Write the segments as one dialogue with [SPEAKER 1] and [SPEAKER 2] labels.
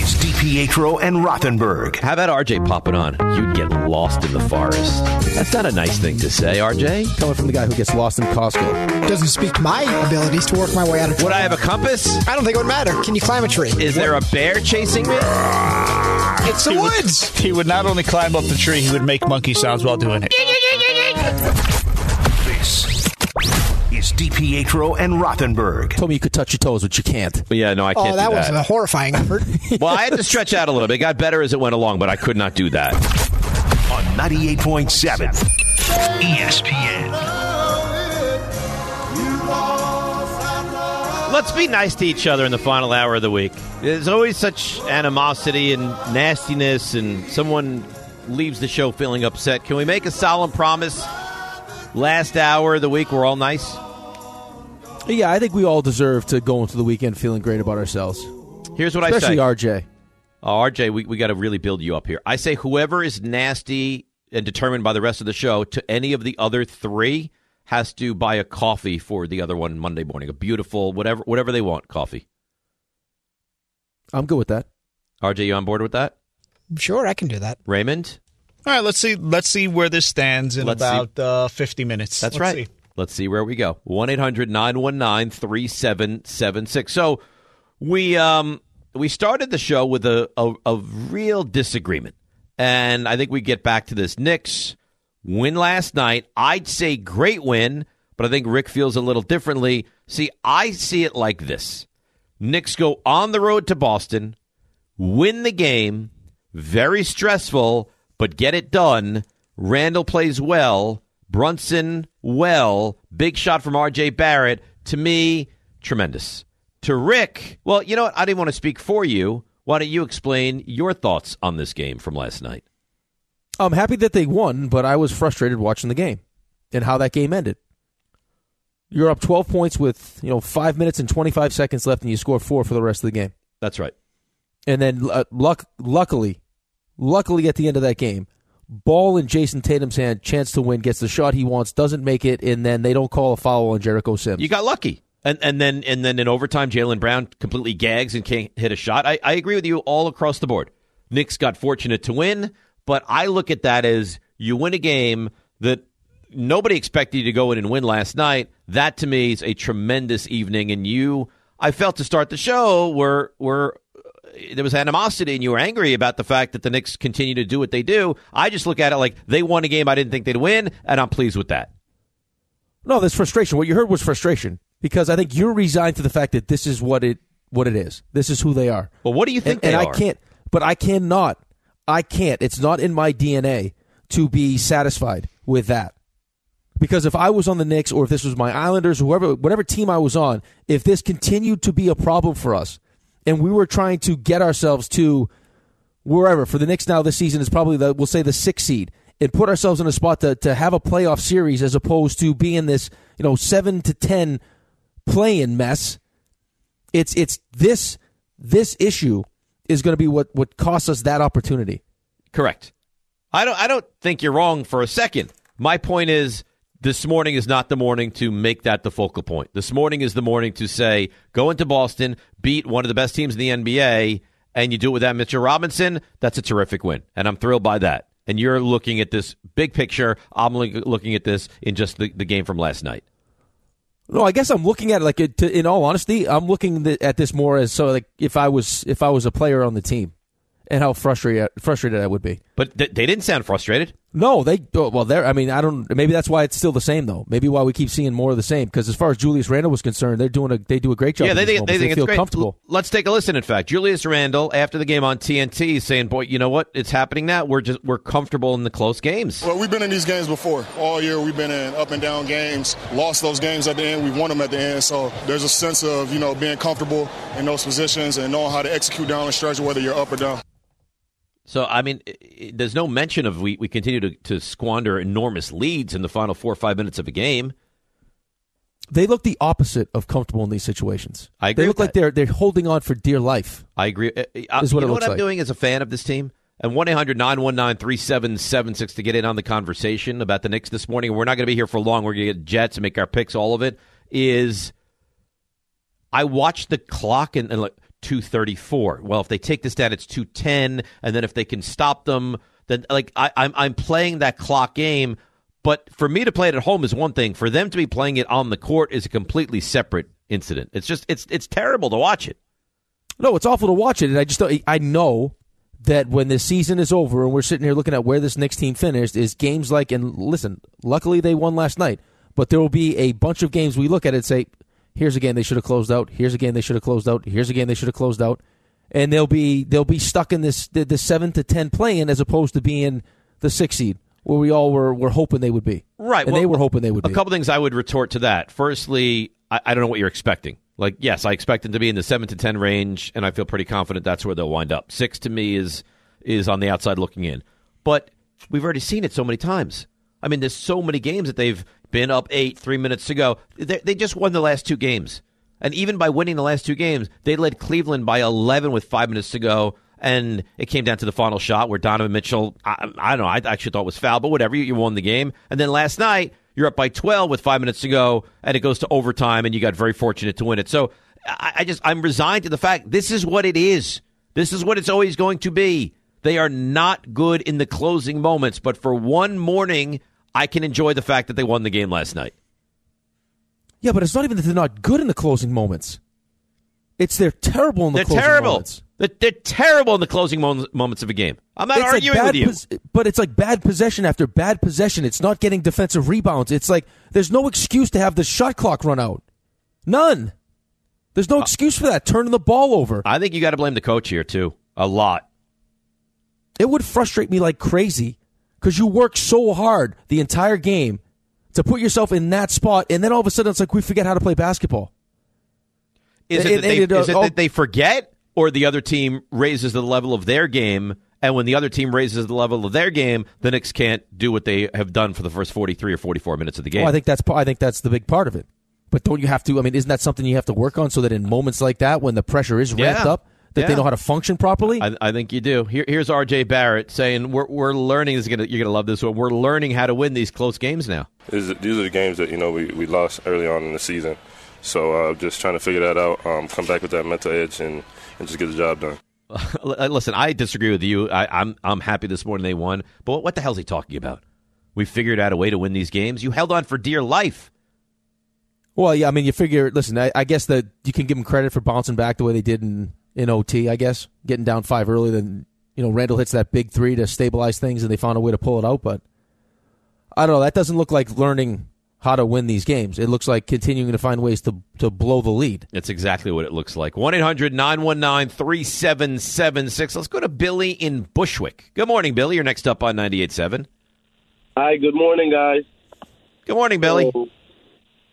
[SPEAKER 1] is DiPietro and Rothenberg.
[SPEAKER 2] How about RJ popping on? You'd get lost in the forest. That's not a nice thing to say, RJ.
[SPEAKER 3] Coming from the guy who gets lost in Costco.
[SPEAKER 4] Doesn't speak to my abilities to work my way out of
[SPEAKER 2] Would I have a compass?
[SPEAKER 4] I don't think it would matter. Can you climb a tree?
[SPEAKER 2] Is there a bear chasing me?
[SPEAKER 4] It's the woods.
[SPEAKER 5] He would not only climb up the tree, he would make monkey sounds while doing it.
[SPEAKER 1] This is DiPietro and Rothenberg.
[SPEAKER 3] Told me you could touch your toes, but you can't.
[SPEAKER 2] But yeah, no, I can't
[SPEAKER 4] Oh,
[SPEAKER 2] do
[SPEAKER 4] that was
[SPEAKER 2] that.
[SPEAKER 4] a horrifying effort.
[SPEAKER 2] well, I had to stretch out a little bit. It got better as it went along, but I could not do that.
[SPEAKER 1] on 98.7 E ESPN.
[SPEAKER 6] Let's be nice to each other in the final hour of the week. There's always such animosity and nastiness, and someone leaves the show feeling upset. Can we make a solemn promise? Last hour of the week, we're all nice.
[SPEAKER 3] Yeah, I think we all deserve to go into the weekend feeling great about ourselves,
[SPEAKER 6] Here's what I say.
[SPEAKER 3] especially RJ.
[SPEAKER 6] Oh, RJ, we, we got to really build you up here. I say whoever is nasty and determined by the rest of the show to any of the other three has to buy a coffee for the other one Monday morning. A beautiful whatever whatever they want coffee.
[SPEAKER 3] I'm good with that.
[SPEAKER 6] RJ, you on board with that?
[SPEAKER 4] sure, I can do that.
[SPEAKER 6] Raymond,
[SPEAKER 5] All right, let's see. Let's see where this stands in
[SPEAKER 6] Let's see.
[SPEAKER 5] about uh, fifty minutes.
[SPEAKER 6] that's
[SPEAKER 5] Let's
[SPEAKER 6] right.
[SPEAKER 5] see.
[SPEAKER 6] Let's see where we go. 1-800-919-3776. So, we um we started the show with a a, a real disagreement. And I think we get back to this Knicks win last night. I'd say great win, but I think Rick feels a little differently. See, I see it like this. Knicks go on the road to Boston, win the game, very stressful, but get it done. Randall plays well, Brunson well, big shot from RJ Barrett. To me, tremendous. To Rick, well, you know what? I didn't want to speak for you. Why don't you explain your thoughts on this game from last night?
[SPEAKER 3] I'm happy that they won, but I was frustrated watching the game and how that game ended. You're up 12 points with you know five minutes and 25 seconds left, and you score four for the rest of the game.
[SPEAKER 6] That's right.
[SPEAKER 3] And then uh, luck, luckily, luckily at the end of that game, ball in Jason Tatum's hand, chance to win, gets the shot he wants, doesn't make it, and then they don't call a foul on Jericho Sims.
[SPEAKER 6] You got lucky. And and then and then in overtime, Jalen Brown completely gags and can't hit a shot. I, I agree with you all across the board. Knicks got fortunate to win, but I look at that as you win a game that nobody expected you to go in and win last night. That to me is a tremendous evening. And you I felt to start the show were were uh, there was animosity and you were angry about the fact that the Knicks continue to do what they do. I just look at it like they won a game I didn't think they'd win, and I'm pleased with that.
[SPEAKER 3] No, there's frustration. What you heard was frustration because I think you're resigned to the fact that this is what it what it is. This is who they are.
[SPEAKER 6] Well, what do you think
[SPEAKER 3] and,
[SPEAKER 6] they
[SPEAKER 3] and
[SPEAKER 6] are?
[SPEAKER 3] I can't, but I cannot. I can't. It's not in my DNA to be satisfied with that. Because if I was on the Knicks or if this was my Islanders, whoever, whatever team I was on, if this continued to be a problem for us, and we were trying to get ourselves to wherever for the Knicks now this season is probably the we'll say the sixth seed and put ourselves in a spot to, to have a playoff series as opposed to being this you know seven to ten play in mess. It's it's this this issue is going to be what what costs us that opportunity.
[SPEAKER 6] Correct. I don't. I don't think you're wrong for a second. My point is, this morning is not the morning to make that the focal point. This morning is the morning to say, go into Boston, beat one of the best teams in the NBA, and you do it with that Mitchell Robinson. That's a terrific win, and I'm thrilled by that. And you're looking at this big picture. I'm look- looking at this in just the, the game from last night.
[SPEAKER 3] No, I guess I'm looking at it like it, to, in all honesty, I'm looking th- at this more as so like if I was if I was a player on the team and how frustrated frustrated I would be.
[SPEAKER 6] But th- they didn't sound frustrated.
[SPEAKER 3] No, they oh, well. They're. I mean, I don't. Maybe that's why it's still the same though. Maybe why we keep seeing more of the same. Because as far as Julius Randle was concerned, they're doing a. They do a great job.
[SPEAKER 6] Yeah,
[SPEAKER 3] in
[SPEAKER 6] they
[SPEAKER 3] these
[SPEAKER 6] think, they
[SPEAKER 3] moments.
[SPEAKER 6] think it's
[SPEAKER 3] feel
[SPEAKER 6] great.
[SPEAKER 3] comfortable.
[SPEAKER 6] L- Let's take a listen. In fact, Julius Randle after the game on TNT is saying, "Boy, you know what? It's happening now. We're just we're comfortable in the close games."
[SPEAKER 7] Well, we've been in these games before. All year, we've been in up and down games. Lost those games at the end. We won them at the end. So there's a sense of you know being comfortable in those positions and knowing how to execute down the stretch, whether you're up or down.
[SPEAKER 6] So I mean, i i- there's no mention of we, we continue to, to squander enormous leads in the final four or five minutes of a game.
[SPEAKER 3] They look the opposite of comfortable in these situations.
[SPEAKER 6] I agree
[SPEAKER 3] They
[SPEAKER 6] with
[SPEAKER 3] look like
[SPEAKER 6] that.
[SPEAKER 3] they're they're holding on for dear life.
[SPEAKER 6] I agree. Uh, uh,
[SPEAKER 3] Is what it
[SPEAKER 6] you know
[SPEAKER 3] looks
[SPEAKER 6] what I'm
[SPEAKER 3] like.
[SPEAKER 6] doing as a fan of this team? And 1 800 919 3776 to get in on the conversation about the Knicks this morning. We're not going to be here for long. We're going to get Jets and make our picks, all of it. Is I watched the clock and, and like 234. Well, if they take this down, it's 210. And then if they can stop them, then like I, I'm, I'm playing that clock game. But for me to play it at home is one thing. For them to be playing it on the court is a completely separate incident. It's just, it's, it's terrible to watch it.
[SPEAKER 3] No, it's awful to watch it, and I just don't, I know that when this season is over and we're sitting here looking at where this Knicks team finished, is games like and listen, luckily they won last night, but there will be a bunch of games we look at it and say, here's a game they should have closed out, here's a game they should have closed out, here's a game they should have closed out, and they'll be they'll be stuck in this the, the seven to ten play-in as opposed to being the six seed where we all were were hoping they would be,
[SPEAKER 6] Right.
[SPEAKER 3] And
[SPEAKER 6] well,
[SPEAKER 3] they were hoping they would
[SPEAKER 6] A
[SPEAKER 3] be.
[SPEAKER 6] couple things I would retort to that. Firstly, I, I don't know what you're expecting. Like, yes, I expect them to be in the seven to ten range, and I feel pretty confident that's where they'll wind up. Six to me is is on the outside looking in. But we've already seen it so many times. I mean, there's so many games that they've been up eight, three minutes to go. They, they just won the last two games. And even by winning the last two games, they led Cleveland by 11 with five minutes to go. And it came down to the final shot where Donovan Mitchell, I, I don't know, I actually thought it was foul, but whatever, you, you won the game. And then last night, you're up by 12 with five minutes to go, and it goes to overtime, and you got very fortunate to win it. So I, I just, I'm resigned to the fact this is what it is. This is what it's always going to be. They are not good in the closing moments, but for one morning, I can enjoy the fact that they won the game last night.
[SPEAKER 3] yeah, but it's not even that they're not good in the closing moments. It's they're terrible in the
[SPEAKER 6] They're
[SPEAKER 3] closing
[SPEAKER 6] terrible.
[SPEAKER 3] moments.
[SPEAKER 6] They're, they're terrible in the closing moments, moments of a game. I'm not
[SPEAKER 3] It's like
[SPEAKER 6] arguing
[SPEAKER 3] bad
[SPEAKER 6] with you.
[SPEAKER 3] pos- but it's like bad possession after bad possession. It's not getting defensive rebounds. It's like there's no excuse to have the shot clock run out. None. There's
[SPEAKER 6] Uh,
[SPEAKER 3] no excuse for that. Turning the ball over.
[SPEAKER 6] I think you got to blame the coach here too. A lot.
[SPEAKER 3] It would frustrate me like crazy because you work so hard the entire game to put yourself in that spot, and then all of a sudden it's like we forget how to play basketball.
[SPEAKER 6] Is
[SPEAKER 3] And-
[SPEAKER 6] it, that they,
[SPEAKER 3] and it, uh,
[SPEAKER 6] is it
[SPEAKER 3] all-
[SPEAKER 6] that they forget, or the other team raises the level of their game? And when the other team raises the level of their game, the Knicks can't do what they have done for the first 43 or 44 minutes of the game.
[SPEAKER 3] Well, Oh, I think that's pa- I think that's the big part of it. But don't you have to? I mean, isn't that something you have to work on so that in moments like that, when the pressure is ramped
[SPEAKER 6] Yeah.
[SPEAKER 3] up, that they
[SPEAKER 6] Yeah.
[SPEAKER 3] know how to function properly?
[SPEAKER 6] I, I think you do. Here, here's R.J. Barrett saying, "We're we're learning this is gonna you're gonna love this one. We're learning how to win these close games now."
[SPEAKER 8] These are, these are the games that you know we, we lost early on in the season, so uh, just trying to figure that out, um, come back with that mental edge, and, and just get the job done.
[SPEAKER 6] L- uh, Listen, I disagree with you. I, I'm I'm happy this morning they won, but what, what the hell is he talking about? We figured out a way to win these games. You held on for dear life.
[SPEAKER 3] Well, yeah, I mean, you figure. Listen, I, I guess that you can give them credit for bouncing back the way they did in in OT. I guess getting down five early, then you know Randall hits that big three to stabilize things, and they found a way to pull it out. But I don't know. That doesn't look like learning how to win these games. It looks like continuing to find ways to to blow the lead.
[SPEAKER 6] That's exactly what it looks like. 1 800 919 3776. Let's go to Billy in Bushwick. Good morning, Billy. You're next up on 98.7.
[SPEAKER 9] Hi, good morning, guys.
[SPEAKER 6] Good morning, Billy.
[SPEAKER 9] So,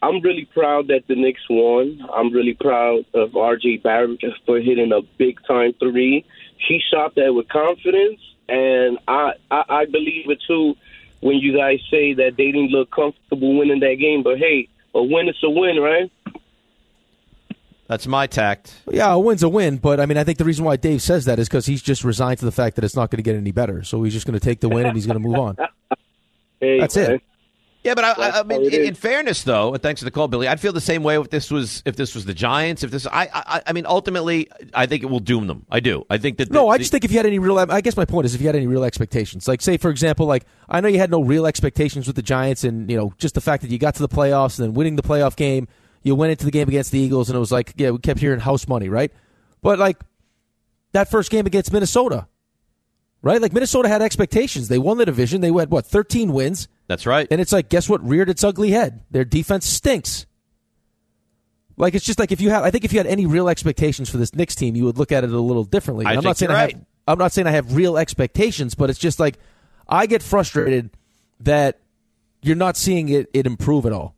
[SPEAKER 9] I'm really proud that the Knicks won. I'm really proud of RJ Barrett for hitting a big time three. He shot that with confidence, and I, I I believe it too. When you guys say that they didn't look comfortable winning that game, but hey, a win is a win, right?
[SPEAKER 6] That's my tact.
[SPEAKER 3] Yeah, a win's a win, but I mean, I think the reason why Dave says that is because he's just resigned to the fact that it's not going to get any better. So he's just going to take the win and he's going to move on.
[SPEAKER 9] Hey,
[SPEAKER 3] That's it.
[SPEAKER 9] man.
[SPEAKER 6] Yeah, but I, I, I
[SPEAKER 9] That's
[SPEAKER 6] mean,
[SPEAKER 9] how it
[SPEAKER 6] in,
[SPEAKER 9] is.
[SPEAKER 6] in fairness, though, and thanks for the call, Billy. I'd feel the same way if this was if this was the Giants. If this, I, I, I mean, ultimately, I think it will doom them. I do. I think that.
[SPEAKER 3] No,
[SPEAKER 6] the-
[SPEAKER 3] I
[SPEAKER 6] the-
[SPEAKER 3] just think if you had any real, I guess my point is if you had any real expectations. Like, say for example, like I know you had no real expectations with the Giants, and you know just the fact that you got to the playoffs and then winning the playoff game, you went into the game against the Eagles, and it was like, yeah, we kept hearing house money, right? But like that first game against Minnesota, right? Like Minnesota had expectations. They won the division. They had what thirteen wins.
[SPEAKER 6] That's right.
[SPEAKER 3] And it's like, guess what? Reared its ugly head. Their defense stinks. Like it's just like if you had, I think if you had any real expectations for this Knicks team, you would look at it a little differently.
[SPEAKER 6] I
[SPEAKER 3] And I'm
[SPEAKER 6] think
[SPEAKER 3] not saying
[SPEAKER 6] you're
[SPEAKER 3] I
[SPEAKER 6] right.
[SPEAKER 3] have, I'm not saying I have real expectations, but it's just like I get frustrated that you're not seeing it, it improve at all.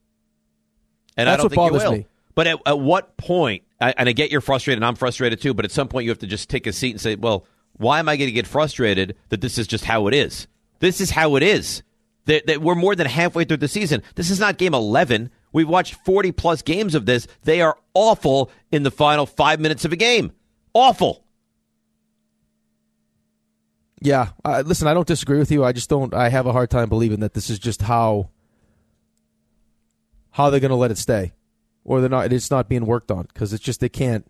[SPEAKER 6] And I
[SPEAKER 3] That's
[SPEAKER 6] don't
[SPEAKER 3] what
[SPEAKER 6] think
[SPEAKER 3] bothers
[SPEAKER 6] you will.
[SPEAKER 3] me.
[SPEAKER 6] But at, at what point, I, and I get you're frustrated, and I'm frustrated too, but at some point you have to just take a seat and say, well, why am I going to get frustrated that this is just how it is? This is how it is. That, that we're more than halfway through the season. This is not game 11. We've watched 40 plus games of this. They are awful in the final five minutes of a game. Awful.
[SPEAKER 3] Yeah, I, listen, I don't disagree with you. I just don't. I have a hard time believing that this is just how how they're going to let it stay, or they're not. It's not being worked on because it's just they can't.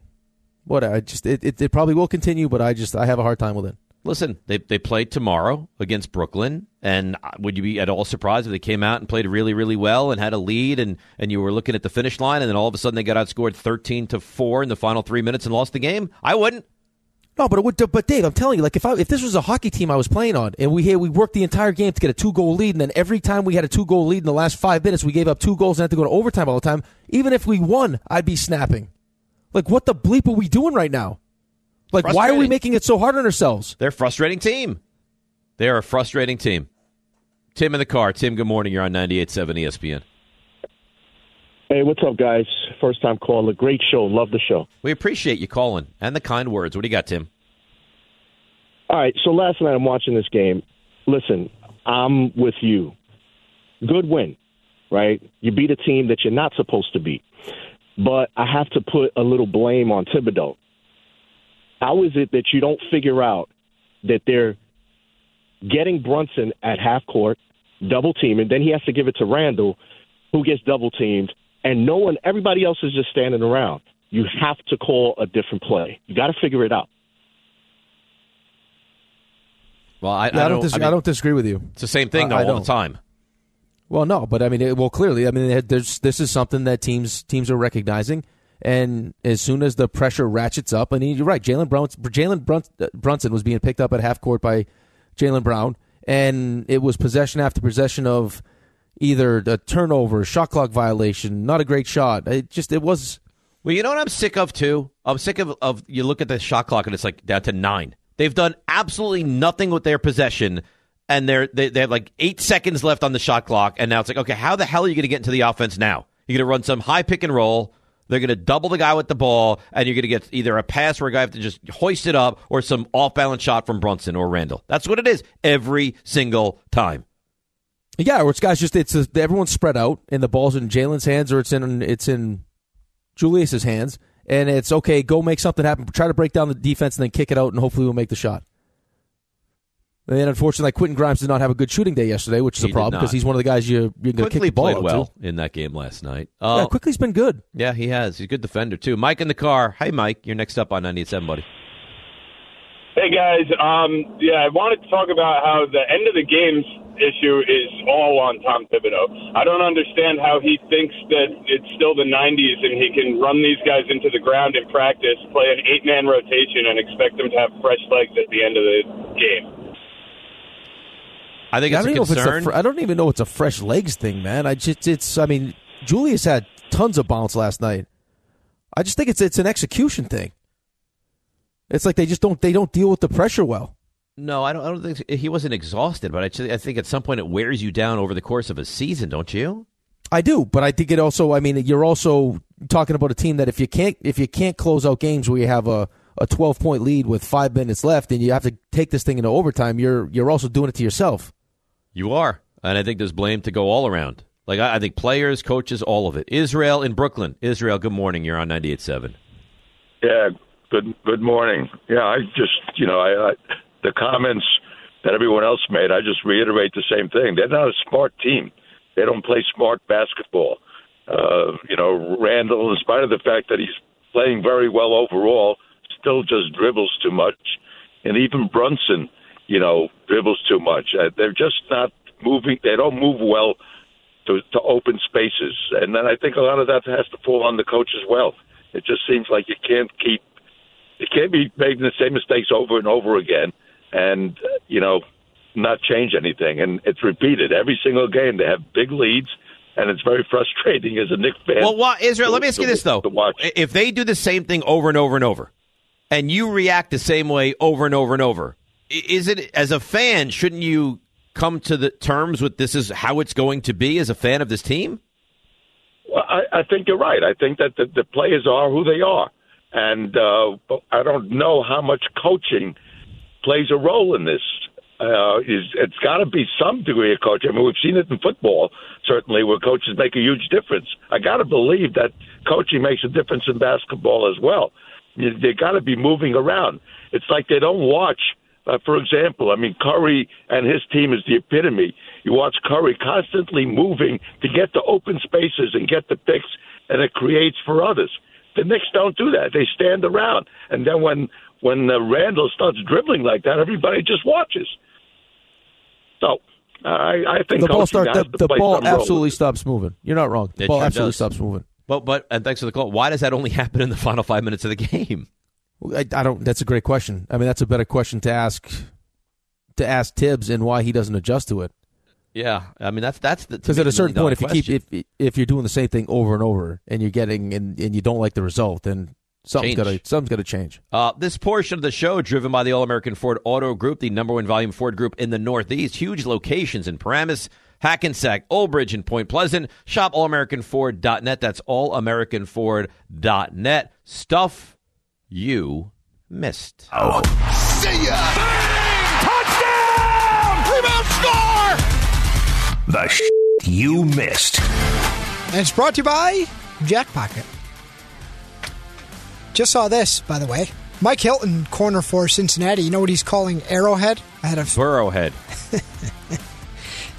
[SPEAKER 3] What I just it, it it probably will continue, but I just I have a hard time with it.
[SPEAKER 6] Listen, they they play tomorrow against Brooklyn, and uh, would you be at all surprised if they came out and played really, really well and had a lead, and and you were looking at the finish line, and then all of a sudden they got outscored thirteen to four in the final three minutes and lost the game? I wouldn't.
[SPEAKER 3] No, but it would. But Dave, I'm telling you, like if I if this was a hockey team I was playing on, and we had we worked the entire game to get a two goal lead, and then every time we had a two goal lead in the last five minutes, we gave up two goals and had to go to overtime all the time. Even if we won, I'd be snapping. Like, what the bleep are we doing right now? Like, why are we
[SPEAKER 6] Frustrating.
[SPEAKER 3] making it so hard on ourselves?
[SPEAKER 6] They're a frustrating team. They are a frustrating team. Tim in the car. Tim, good morning. You're on 98.7 ESPN.
[SPEAKER 10] Hey, what's up, guys? First time caller. Great show. Love the show.
[SPEAKER 6] We appreciate you calling and the kind words. What do you got, Tim?
[SPEAKER 10] All right, so last night I'm watching this game. Listen, I'm with you. Good win, right? You beat a team that you're not supposed to beat. But I have to put a little blame on Thibodeau. How is it that you don't figure out that they're getting Brunson at half court, double teaming, then he has to give it to Randall, who gets double teamed, and no one, everybody else is just standing around. You have to call a different play. You got to figure it out.
[SPEAKER 6] Well, I,
[SPEAKER 3] Yeah, I, don't. dis- I,
[SPEAKER 6] mean,
[SPEAKER 3] don't disagree with you.
[SPEAKER 6] It's the same thing
[SPEAKER 3] I-
[SPEAKER 6] though
[SPEAKER 3] I
[SPEAKER 6] all
[SPEAKER 3] don't.
[SPEAKER 6] the time.
[SPEAKER 3] Well, no, but I mean, it, well, clearly, I mean, it- there's, this is something that teams teams are recognizing, and as soon as the pressure ratchets up, and he- you're right, Jalen Brun, Jalen Brun, uh, Brunson was being picked up at half court by Jalen Brown, and it was possession after possession of either a turnover, shot clock violation, not a great shot. It just it was
[SPEAKER 6] Well, you know what I'm sick of too. I'm sick of, of you look at the shot clock and it's like down to nine. They've done absolutely nothing with their possession, and they're they, they have like eight seconds left on the shot clock, and now it's like, okay, how the hell are you going to get into the offense now? You're going to run some high pick and roll. They're going to double the guy with the ball, and you're going to get either a pass where a guy have to just hoist it up, or some off balance shot from Brunson or Randall. That's what it is every single time.
[SPEAKER 3] Yeah, or it's guys just it's a, everyone's spread out and the ball's in Jalen's hands or it's in it's in Julius's hands and it's okay. Go make something happen. Try to break down the defense and then kick it out and hopefully we'll make the shot. And then unfortunately, like Quentin Grimes did not have a good shooting day yesterday, which is a
[SPEAKER 6] He did
[SPEAKER 3] problem because
[SPEAKER 6] not.
[SPEAKER 3] he's one of the guys you you're going to kick
[SPEAKER 6] Quickly
[SPEAKER 3] the ball
[SPEAKER 6] played
[SPEAKER 3] out
[SPEAKER 6] well
[SPEAKER 3] to.
[SPEAKER 6] in that game last night.
[SPEAKER 3] Yeah,
[SPEAKER 6] Uh,
[SPEAKER 3] quickly's been good.
[SPEAKER 6] Yeah, he has. He's a good defender too. Mike in the car. Hey, Mike, you're next up on 97, buddy.
[SPEAKER 11] Hey guys, um, yeah, I wanted to talk about how the end of the games issue is all on Tom Thibodeau. I don't understand how he thinks that it's still the 90s and he can run these guys into the ground in practice, play an eight-man rotation, and expect them to have fresh legs at the end of the game.
[SPEAKER 6] I think
[SPEAKER 3] I
[SPEAKER 6] it's
[SPEAKER 3] don't even
[SPEAKER 6] a
[SPEAKER 3] know if it's a
[SPEAKER 6] concern.
[SPEAKER 3] fr- I don't even know it's a fresh legs thing, man. I just it's I mean Julius had tons of bounce last night. I just think it's it's an execution thing. It's like they just don't they don't deal with the pressure well.
[SPEAKER 6] no, I don't. I don't think he wasn't exhausted, but I, just- I think at some point it wears you down over the course of a season, don't you?
[SPEAKER 3] I do, but I think it also. I mean, you're also talking about a team that if you can't if you can't close out games where you have a, a 12 point lead with five minutes left and you have to take this thing into overtime, you're you're also doing it to yourself.
[SPEAKER 6] You are, and I think there's blame to go all around. Like I, I think players, coaches, all of it. Israel in Brooklyn. Israel, good morning. You're on 98.7.
[SPEAKER 12] Yeah. Good. Good morning. Yeah, I just you know I, I the comments that everyone else made. I just reiterate the same thing. They're not a smart team. They don't play smart basketball. Uh, you know, Randall, in spite of the fact that he's playing very well overall, still just dribbles too much, and even Brunson, you know, dribbles too much. Uh, they're just not moving. They don't move well to, to open spaces. And then I think a lot of that has to fall on the coach as well. It just seems like you can't keep, you can't be making the same mistakes over and over again. and uh, you know not change anything. And it's repeated every single game. They have big leads, and it's very frustrating as a Knicks fan.
[SPEAKER 6] Well, why, Israel, let me ask you
[SPEAKER 12] to-
[SPEAKER 6] this though:
[SPEAKER 12] to watch.
[SPEAKER 6] if they do the same thing over and over and over, and you react the same way over and over and over, i- is it as a fan? Shouldn't you come to the terms with this is how it's going to be as a fan of this team?
[SPEAKER 12] Well, I, I think you're right. I think that the, the players are who they are, and uh, but I don't know how much coaching plays a role in this. Uh, is, it's got to be some degree of coaching. I mean, we've seen it in football certainly, where coaches make a huge difference. I got to believe that coaching makes a difference in basketball as well. You, they got to be moving around. It's like they don't watch. Uh, for example, I mean, Curry and his team is the epitome. You watch Curry constantly moving to get to open spaces and get the picks, and it creates for others. The Knicks don't do that. They stand around, and then when when uh, Randall starts dribbling like that, everybody just watches. So uh, I, I think
[SPEAKER 3] the ball
[SPEAKER 12] coaching
[SPEAKER 3] start
[SPEAKER 12] has
[SPEAKER 3] the,
[SPEAKER 12] to
[SPEAKER 3] the
[SPEAKER 12] play
[SPEAKER 3] ball
[SPEAKER 12] some role.
[SPEAKER 3] absolutely stops moving. You're not wrong. The
[SPEAKER 6] It
[SPEAKER 3] ball
[SPEAKER 6] sure
[SPEAKER 3] absolutely
[SPEAKER 6] does.
[SPEAKER 3] stops moving.
[SPEAKER 6] But but and thanks for the call. Why does that only happen in the final five minutes of the game?
[SPEAKER 3] I, I don't. That's a great question. I mean, that's a better question to ask to ask Tibbs and why he doesn't adjust to it.
[SPEAKER 6] Yeah, I mean that's that's the to
[SPEAKER 3] Because
[SPEAKER 6] me,
[SPEAKER 3] at a
[SPEAKER 6] the
[SPEAKER 3] certain point,
[SPEAKER 6] million-dollar
[SPEAKER 3] if you
[SPEAKER 6] question.
[SPEAKER 3] keep if if you're doing the same thing over and over and you're getting and, and you don't like the result, then something's
[SPEAKER 6] Change.
[SPEAKER 3] gotta something's gotta change.
[SPEAKER 6] Uh, this portion of the show, driven by the All American Ford Auto Group, the number one volume Ford group in the Northeast, huge locations in Paramus, Hackensack, Old Bridge, and Point Pleasant. Shop allamericanford.net. That's allamericanford.net. Stuff you missed. Oh.
[SPEAKER 1] See ya! Touchdown! Rebound score! The sh- you missed.
[SPEAKER 4] And it's brought to you by Jackpocket. Just saw this, by the way. Mike Hilton, corner for Cincinnati. You know what he's calling Arrowhead? I had a
[SPEAKER 6] Burrowhead.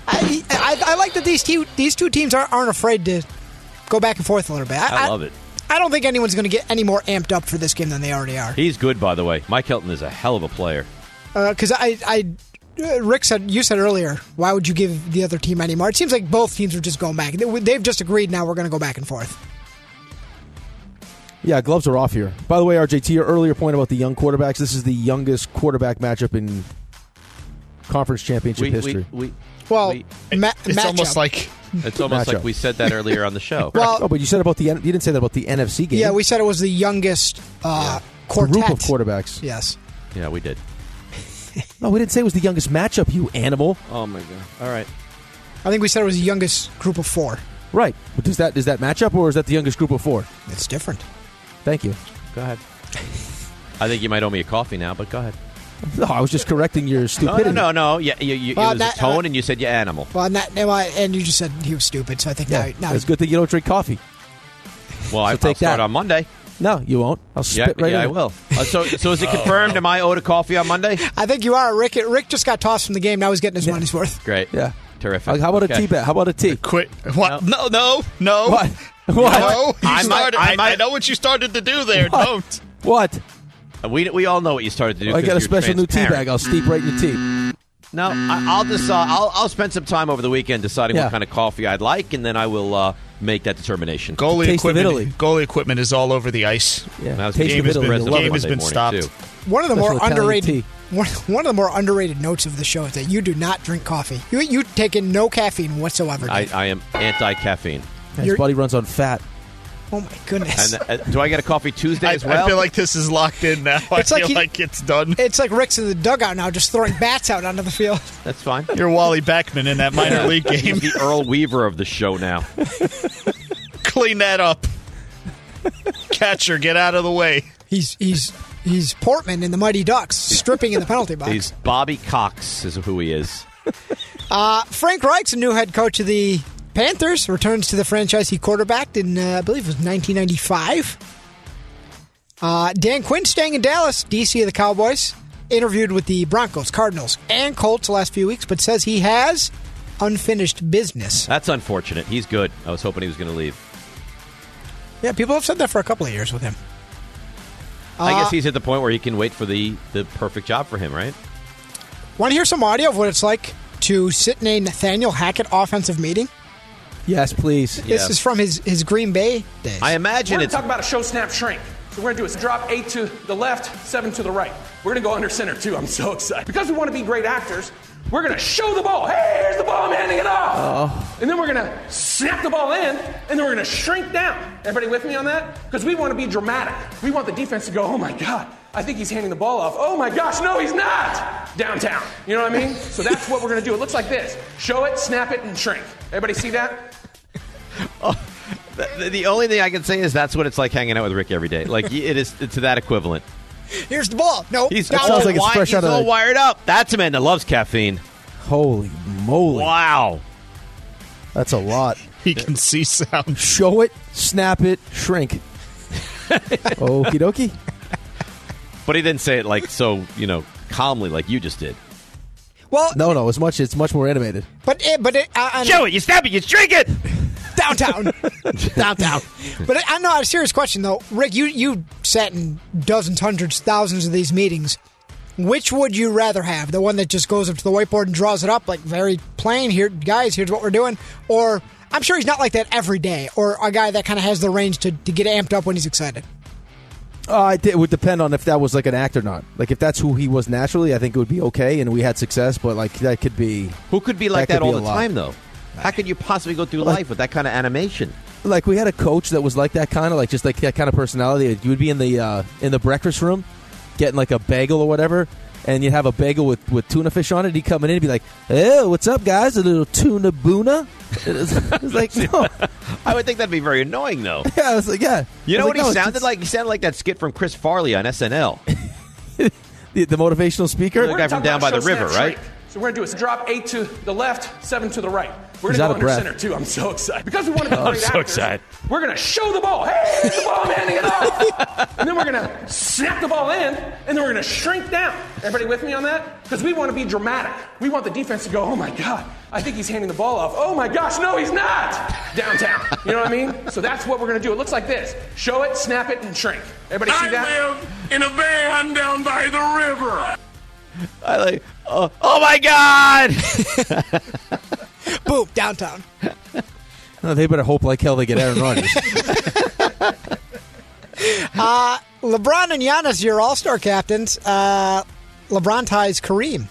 [SPEAKER 4] I, I, I like that these two these two teams aren't, aren't afraid to go back and forth a little bit.
[SPEAKER 6] I love it.
[SPEAKER 4] I don't think anyone's going to get any more amped up for this game than they already are.
[SPEAKER 6] He's good, by the way. Mike Hilton is a hell of a player.
[SPEAKER 4] Because Uh, I, I, uh, Rick said you said earlier, why would you give the other team any more? It seems like both teams are just going back. They, they've just agreed now we're going to go back and forth.
[SPEAKER 3] Yeah, gloves are off here. By the way, RJ, to your earlier point about the young quarterbacks, this is the youngest quarterback matchup in conference championship
[SPEAKER 6] We- we-
[SPEAKER 3] history.
[SPEAKER 6] we-
[SPEAKER 4] Well, ma-
[SPEAKER 5] it's almost
[SPEAKER 4] matchup.
[SPEAKER 5] like
[SPEAKER 6] It's almost like
[SPEAKER 3] Matchup.
[SPEAKER 6] we said that earlier on the show.
[SPEAKER 4] Well-
[SPEAKER 3] oh, but you said about the N- you didn't say that about the NFC game.
[SPEAKER 4] Yeah, we said it was the youngest uh, quartet.
[SPEAKER 3] group of quarterbacks.
[SPEAKER 4] Yes.
[SPEAKER 6] yeah, we did.
[SPEAKER 3] No, we didn't say it was the youngest matchup. You animal.
[SPEAKER 6] Oh, my God. All right.
[SPEAKER 4] I think we said it was the youngest group of four.
[SPEAKER 3] Right. But does that does that match up or is that the youngest group of four?
[SPEAKER 4] It's different.
[SPEAKER 3] Thank you.
[SPEAKER 6] Go ahead. I think you might owe me a coffee now, but go ahead.
[SPEAKER 3] No, I was just correcting your
[SPEAKER 6] No, no,
[SPEAKER 3] stupidity.
[SPEAKER 6] no, no. Yeah, you, you,
[SPEAKER 4] Well,
[SPEAKER 6] it was
[SPEAKER 4] that-
[SPEAKER 6] a
[SPEAKER 3] uh,
[SPEAKER 6] tone, and you said you animal.
[SPEAKER 4] Well, and, that, and I- and you just said he was stupid, so I think
[SPEAKER 3] Yeah,
[SPEAKER 4] now, now
[SPEAKER 3] it's good that you don't drink coffee.
[SPEAKER 6] Well, I, will
[SPEAKER 3] take
[SPEAKER 6] take start
[SPEAKER 3] that.
[SPEAKER 6] on Monday.
[SPEAKER 3] No, you won't. I'll spit
[SPEAKER 6] yeah,
[SPEAKER 3] right
[SPEAKER 6] yeah,
[SPEAKER 3] in it.
[SPEAKER 6] I will. Uh, so,
[SPEAKER 5] Oh.
[SPEAKER 6] so
[SPEAKER 3] Oh.
[SPEAKER 6] is it confirmed? Am I owed a coffee on Monday?
[SPEAKER 4] I think you are. Rick Rick just got tossed from the game. Now he's getting his money's worth.
[SPEAKER 6] Great.
[SPEAKER 3] Yeah.
[SPEAKER 6] Terrific.
[SPEAKER 3] Like, Uh, how about a
[SPEAKER 6] Okay.
[SPEAKER 3] tea bag? How about a tea?
[SPEAKER 5] Quit. What? No, no, no.
[SPEAKER 3] What?
[SPEAKER 5] No,
[SPEAKER 3] What?
[SPEAKER 5] you
[SPEAKER 6] I might-
[SPEAKER 5] started.
[SPEAKER 6] I
[SPEAKER 5] I,
[SPEAKER 6] might-
[SPEAKER 5] I know what you started to do there. Don't.
[SPEAKER 3] What?
[SPEAKER 6] Uh, We, we all know what you started to do.
[SPEAKER 3] I
[SPEAKER 6] 'cause
[SPEAKER 3] got
[SPEAKER 6] you're
[SPEAKER 3] a special new tea
[SPEAKER 6] transparent.
[SPEAKER 3] bag. I'll steep right in your tea.
[SPEAKER 6] No, I, I'll just uh, I'll, I'll spend some time over the weekend deciding
[SPEAKER 3] Yeah.
[SPEAKER 6] what kind of coffee I'd like, and then I will uh, make that determination.
[SPEAKER 5] Goalie
[SPEAKER 3] Taste of
[SPEAKER 5] equipment.
[SPEAKER 3] Italy.
[SPEAKER 5] Goalie equipment is all over the ice.
[SPEAKER 3] Yeah.
[SPEAKER 6] And I was
[SPEAKER 3] Taste
[SPEAKER 5] game
[SPEAKER 3] of
[SPEAKER 5] has
[SPEAKER 3] Italy.
[SPEAKER 5] been-
[SPEAKER 3] You'll
[SPEAKER 5] the
[SPEAKER 3] love
[SPEAKER 5] game
[SPEAKER 3] it.
[SPEAKER 5] has been
[SPEAKER 6] Monday
[SPEAKER 5] stopped.
[SPEAKER 6] morning, too.
[SPEAKER 4] One of the
[SPEAKER 3] Special
[SPEAKER 4] more
[SPEAKER 3] Italian
[SPEAKER 4] underrated
[SPEAKER 3] tea.
[SPEAKER 4] one, one of the more underrated notes of the show is that you do not drink coffee. You you take in no caffeine whatsoever.
[SPEAKER 6] I, I am anti caffeine.
[SPEAKER 3] His
[SPEAKER 4] You're-
[SPEAKER 3] body runs on fat.
[SPEAKER 4] oh my goodness!
[SPEAKER 6] And uh, do I get a coffee Tuesday
[SPEAKER 5] I,
[SPEAKER 6] as well?
[SPEAKER 5] I feel like this is locked in now.
[SPEAKER 4] It's
[SPEAKER 5] I
[SPEAKER 4] like
[SPEAKER 5] feel
[SPEAKER 4] he-
[SPEAKER 5] like it's done.
[SPEAKER 4] it's like Rick's in the dugout now, just throwing bats out onto the field.
[SPEAKER 6] that's fine.
[SPEAKER 5] You're Wally Beckman in that minor league game.
[SPEAKER 6] He's the Earl Weaver of the show now.
[SPEAKER 5] Clean that up. Catcher, get out of the way.
[SPEAKER 4] He's he's he's Portman in the Mighty Ducks, stripping in the penalty box.
[SPEAKER 6] He's Bobby Cox is who he is.
[SPEAKER 4] Uh, Frank Reich's the new head coach of the Panthers. Returns to the franchise he quarterbacked in, uh, I believe, it was 1995. Uh, Dan Quinn staying in Dallas, DC of the Cowboys. Interviewed with the Broncos, Cardinals, and Colts the last few weeks, but says he has unfinished business.
[SPEAKER 6] That's unfortunate. He's good. I was hoping he was going to leave.
[SPEAKER 4] Yeah, people have said that for a couple of years with him.
[SPEAKER 6] I guess he's at the point where he can wait for the, the perfect job for him, right?
[SPEAKER 4] Want to hear some audio of what it's like to sit in a Nathaniel Hackett offensive meeting?
[SPEAKER 3] Yes, please.
[SPEAKER 4] This is from his, his Green Bay days.
[SPEAKER 6] I imagine
[SPEAKER 13] We're
[SPEAKER 6] it's
[SPEAKER 13] gonna talk about a show snap shrink. So we're gonna do is drop eight to the left, seven to the right. We're gonna go under center too. I'm so excited because we want to be great actors. We're gonna show the ball. Hey, here's the ball. I'm handing it off.
[SPEAKER 3] Oh,
[SPEAKER 13] And then we're gonna snap the ball in, and then we're gonna shrink down. Everybody with me on that? Because we want to be dramatic. We want the defense to go, oh my god, I think he's handing the ball off. Oh my gosh, no, he's not! Downtown. You know what I mean? So that's what we're gonna do. It looks like this. Show it, snap it, and shrink. Everybody see that?
[SPEAKER 6] The, the only thing I can say is that's what it's like hanging out with Rick every day. Like it is to that equivalent.
[SPEAKER 4] Here's the ball. No,
[SPEAKER 6] He's
[SPEAKER 4] down.
[SPEAKER 6] all, wi- he's all wired up. That's a man that loves caffeine.
[SPEAKER 3] Holy moly!
[SPEAKER 6] Wow,
[SPEAKER 3] that's a lot.
[SPEAKER 5] he can see sound.
[SPEAKER 3] Show it, snap it, shrink. Okie dokie.
[SPEAKER 6] but he didn't say it like so you know calmly like you just did.
[SPEAKER 4] Well,
[SPEAKER 3] no, no. It's much. It's much more animated.
[SPEAKER 4] But it, but it, I, I
[SPEAKER 6] show it. You snap it. You drink it.
[SPEAKER 4] Downtown, downtown. But I- I know I have a serious question though, Rick. You you sat in dozens, hundreds, thousands of these meetings. Which would you rather have? The one that just goes up to the whiteboard and draws it up, like very plain. Here, guys, here's what we're doing. Or I'm sure he's not like that every day. Or a guy that kind of has the range to, to get amped up when he's excited.
[SPEAKER 3] Uh, it, it would depend on if that was like an act or not. Like if that's who he was naturally, I think it would be okay, and we had success. But like that could be
[SPEAKER 6] Who could be like that,
[SPEAKER 3] could
[SPEAKER 6] all
[SPEAKER 3] be a
[SPEAKER 6] the
[SPEAKER 3] lot.
[SPEAKER 6] time though? How could you possibly go through life with that kind of animation?
[SPEAKER 3] Like we had a coach that was like that kind of like just like that kind of personality. You would be in the uh, in the breakfast room, getting like a bagel or whatever, and you'd have a bagel with, with tuna fish on it. He'd come in and be like, "Oh, what's up, guys? A little tuna boona." It was, it was like no,
[SPEAKER 6] I would think that'd be very annoying though.
[SPEAKER 3] yeah, I was like, yeah.
[SPEAKER 6] You
[SPEAKER 3] I
[SPEAKER 6] know
[SPEAKER 3] was
[SPEAKER 6] what he
[SPEAKER 3] no, it's
[SPEAKER 6] sounded
[SPEAKER 3] just
[SPEAKER 6] like? He sounded like that skit from Chris Farley on SNL.
[SPEAKER 3] The, the motivational speaker,
[SPEAKER 6] The guy from Down by the River, right?
[SPEAKER 13] So we're gonna do is drop eight to the left, seven to the right. We're
[SPEAKER 3] He's
[SPEAKER 13] gonna
[SPEAKER 3] out of
[SPEAKER 13] go under
[SPEAKER 3] breath. Oh,
[SPEAKER 13] center too. I'm so excited because we want to be
[SPEAKER 6] I'm
[SPEAKER 13] great
[SPEAKER 6] so
[SPEAKER 13] actors.
[SPEAKER 6] excited.
[SPEAKER 13] We're gonna show the ball. Hey, here's the ball. I'm handing it off. and then we're gonna snap the ball in, and then we're gonna shrink down. Everybody with me on that? Because we want to be dramatic. We want the defense to go, oh my god, I think he's handing the ball off. Oh my gosh, no, he's not. Downtown. You know what I mean? So that's what we're gonna do. It looks like this: show it, snap it, and shrink. Everybody see
[SPEAKER 11] I
[SPEAKER 13] that?
[SPEAKER 11] live in a van down by the river.
[SPEAKER 6] I like. Oh, oh my God!
[SPEAKER 4] Boom, downtown.
[SPEAKER 3] No, they better hope like hell they get Aaron Rodgers.
[SPEAKER 4] Uh, LeBron and Giannis, your All Star captains. Uh, LeBron ties Kareem,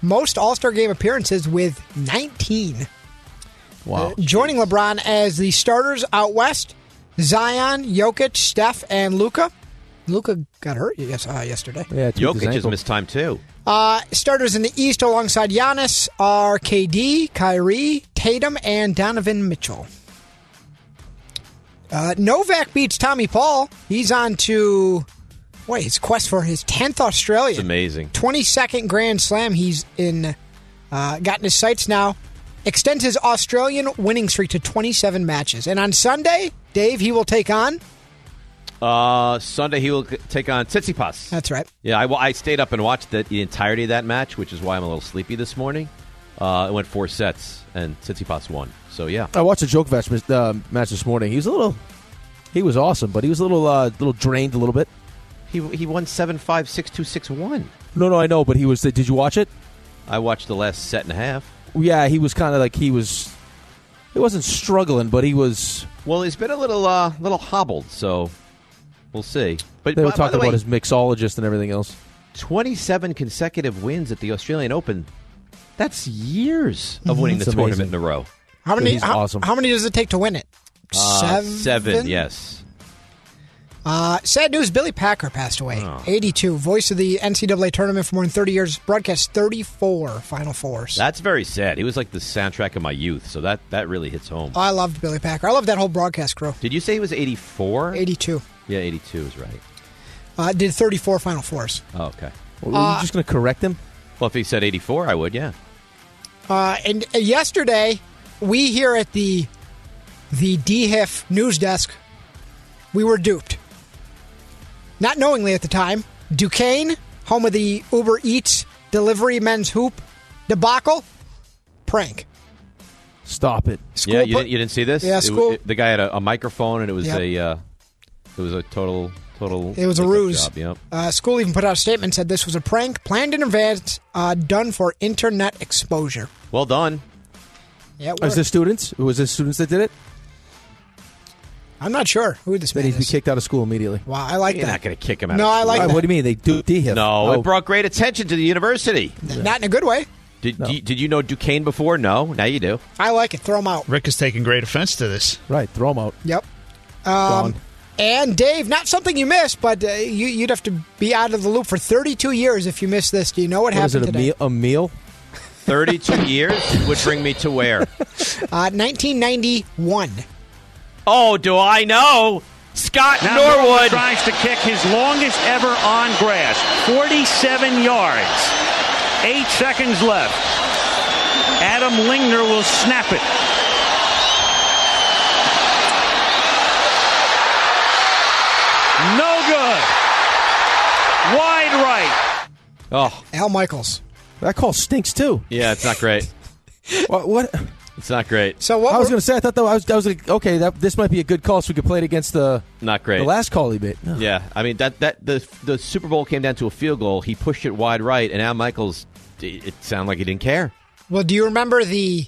[SPEAKER 4] most All Star game appearances with 19.
[SPEAKER 3] Wow.
[SPEAKER 4] Joining LeBron as the starters out west, Zion, Jokic, Steph, and Luca. Luca got hurt yes uh, yesterday.
[SPEAKER 3] Yeah,
[SPEAKER 6] Jokic just missed time too.
[SPEAKER 4] Uh, starters in the East alongside Giannis are KD, Kyrie, Tatum, and Donovan Mitchell. Uh, Novak beats Tommy Paul. He's on to wait his quest for his tenth
[SPEAKER 6] It's
[SPEAKER 4] Australian,
[SPEAKER 6] amazing.
[SPEAKER 4] twenty second Grand Slam. He's in, uh, got in his sights now. Extends his Australian winning streak to twenty seven matches. And on Sunday, Dave, he will take on.
[SPEAKER 6] Uh, Sunday he will c- take on Tsitsipas.
[SPEAKER 4] That's right.
[SPEAKER 6] Yeah, I, well, I stayed up and watched the, the entirety of that match, which is why I'm a little sleepy this morning. Uh, it went four sets, and Tsitsipas won. So yeah,
[SPEAKER 3] I watched a joke match uh, match this morning. He was a little, he was awesome, but he was a little, uh, little drained a little bit.
[SPEAKER 6] he he won seven five six two six one.
[SPEAKER 3] No, no, I know, but he was. Did you watch it?
[SPEAKER 6] I watched the last set and a half.
[SPEAKER 3] Yeah, he was kind of like he was. He wasn't struggling, but he was.
[SPEAKER 6] Well, he's been a little uh, little hobbled, so we'll see. But
[SPEAKER 3] They were
[SPEAKER 6] by- by the
[SPEAKER 3] talking about
[SPEAKER 6] way,
[SPEAKER 3] his mixologist and everything else.
[SPEAKER 6] 27 consecutive wins at the Australian Open. That's years of winning the
[SPEAKER 3] Mhm. That's
[SPEAKER 6] tournament
[SPEAKER 3] amazing.
[SPEAKER 6] in a row.
[SPEAKER 4] How many?
[SPEAKER 3] He's
[SPEAKER 4] how,
[SPEAKER 3] awesome.
[SPEAKER 4] how many does it take to win it?
[SPEAKER 6] Uh, seven, yes.
[SPEAKER 4] Uh, sad news: Billy Packer passed away, 82. Voice of the NCAA tournament for more than 30 years. Broadcast 34 Final Fours.
[SPEAKER 6] That's very sad. He was like the soundtrack of my youth, so that, that really hits home.
[SPEAKER 4] Oh, I loved Billy Packer. I loved that whole broadcast crew.
[SPEAKER 6] Did you say he was 84?
[SPEAKER 4] 82.
[SPEAKER 6] Yeah, 82 is right.
[SPEAKER 4] Uh, did 34 Final Fours.
[SPEAKER 6] Oh, okay.
[SPEAKER 3] Well, were you Uh, just going to correct him?
[SPEAKER 6] Well, if he said 84, I would, yeah.
[SPEAKER 4] Uh, and uh, yesterday, we here at the the DHIF news desk, we were duped, not knowingly at the time. Duquesne, home of the Uber Eats delivery men's hoop debacle, prank.
[SPEAKER 3] Stop it.
[SPEAKER 6] yeah, you, didn't, you didn't see this?
[SPEAKER 4] Yeah,
[SPEAKER 6] It w-
[SPEAKER 4] school-
[SPEAKER 6] it- the guy had a, a microphone, and it was
[SPEAKER 4] Yep.
[SPEAKER 6] a uh, it was a total total.
[SPEAKER 4] It was a
[SPEAKER 6] makeup
[SPEAKER 4] ruse.
[SPEAKER 6] Job, yep.
[SPEAKER 4] Uh, school even put out a statement said this was a prank planned in advance, uh, done for internet exposure.
[SPEAKER 6] Well done.
[SPEAKER 4] Yeah, it
[SPEAKER 3] Was
[SPEAKER 4] worked.
[SPEAKER 3] this students? Was this students that did it?
[SPEAKER 4] I'm not sure who this
[SPEAKER 3] Then he'd be kicked out of school immediately.
[SPEAKER 4] Wow, I like
[SPEAKER 6] You're
[SPEAKER 4] that.
[SPEAKER 6] not going to kick him out.
[SPEAKER 4] No,
[SPEAKER 6] of
[SPEAKER 4] I
[SPEAKER 6] school.
[SPEAKER 4] like that.
[SPEAKER 3] What do you mean Oh. they do dehiff?
[SPEAKER 6] No, it brought great attention to the university.
[SPEAKER 4] Not in a good way.
[SPEAKER 6] Did, you, did you know Duquesne before? No, now you do.
[SPEAKER 4] I like it. Throw him out.
[SPEAKER 5] Rick is taking great offense to this.
[SPEAKER 3] Right, throw him out.
[SPEAKER 4] Yep. Um, and Dave, not something you missed, but uh, you, you'd have to be out of the loop for 32 years if you miss this. Do you know what,
[SPEAKER 3] What is
[SPEAKER 4] happened
[SPEAKER 3] it, a
[SPEAKER 4] today?
[SPEAKER 3] meal? A meal?
[SPEAKER 6] 32 years would bring me to where?
[SPEAKER 4] Uh, 1991.
[SPEAKER 6] Oh, do I know? Scott
[SPEAKER 14] Now Norwood
[SPEAKER 6] Norwood.
[SPEAKER 14] tries to kick his longest ever on grass, 47 yards. Eight seconds left. Adam Lingner will snap it. No good. Wide right.
[SPEAKER 6] Oh,
[SPEAKER 4] Al Michaels.
[SPEAKER 3] That call stinks too.
[SPEAKER 6] Yeah, it's not great.
[SPEAKER 3] What? what?
[SPEAKER 6] It's not great.
[SPEAKER 4] So what?
[SPEAKER 3] I was going to say I thought that I was, I was like, okay. That this might be a good call, so we could play it against the
[SPEAKER 6] Not great.
[SPEAKER 3] the last call he made.
[SPEAKER 6] Yeah, I mean that that the the Super Bowl came down to a field goal. He pushed it wide right, and Al Michaels. It it sounded like he didn't care.
[SPEAKER 4] Well, do you remember the?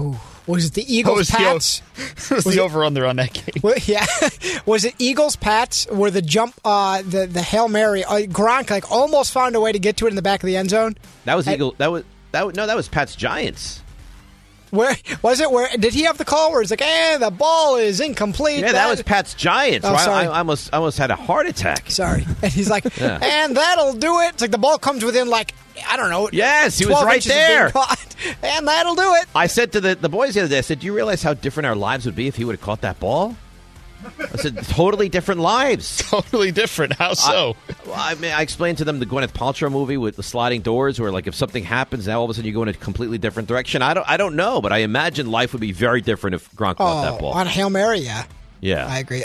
[SPEAKER 4] Ooh, was it the Eagles
[SPEAKER 5] was the o-
[SPEAKER 4] Pats?
[SPEAKER 5] was the over under on that game?
[SPEAKER 4] Well, yeah, was it Eagles Pats where the jump, uh, the the hail mary, uh, Gronk like almost found a way to get to it in the back of the end zone?
[SPEAKER 6] That was
[SPEAKER 4] I-
[SPEAKER 6] Eagle. That was that. Was, Oh, no, that was Pat's Giants.
[SPEAKER 4] Where was it? Where did he have the call? Where it's like, eh, the ball is incomplete.
[SPEAKER 6] Yeah, that was Pat's Giants.
[SPEAKER 4] Oh,
[SPEAKER 6] Why-
[SPEAKER 4] sorry.
[SPEAKER 6] I, I almost I almost had a heart attack.
[SPEAKER 4] Sorry, and he's like,
[SPEAKER 6] Yeah.
[SPEAKER 4] and that'll do it. It's like the ball comes within like I don't know.
[SPEAKER 6] Yes, he was
[SPEAKER 4] 12
[SPEAKER 6] right
[SPEAKER 4] inches of being
[SPEAKER 6] there.
[SPEAKER 4] caught. and that'll do it.
[SPEAKER 6] I said to the, the boys the other day, I said, "Do you realize how different our lives would be if he would have caught that ball?" I said, "Totally different lives."
[SPEAKER 5] Totally different. How so?
[SPEAKER 6] I, well, I mean, I explained to them the Gwyneth Paltrow movie with the sliding doors, where like if something happens, now all of a sudden you go in a completely different direction. I don't, I don't know, but I imagine life would be very different if Gronk caught that
[SPEAKER 4] Oh,
[SPEAKER 6] ball.
[SPEAKER 4] on a hail mary, yeah,
[SPEAKER 6] yeah,
[SPEAKER 4] I agree.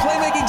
[SPEAKER 15] playmaking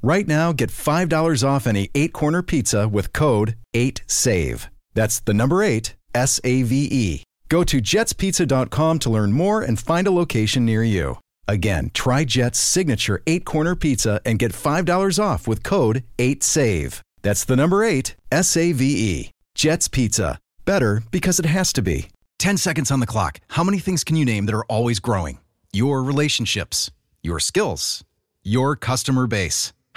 [SPEAKER 15] Right now, get $5 off any eight corner pizza with code 8SAVE. That's the number eight, S A V E. Go to jetspizza.com to learn more and find a location near you. Again, try Jet's signature eight corner pizza and get $5 off with code 8SAVE. That's the number eight, S A V E. Jet's Pizza. Better because it has to be. 10 seconds on the clock. How many things can you name that are always growing? Your relationships, your skills, your customer base.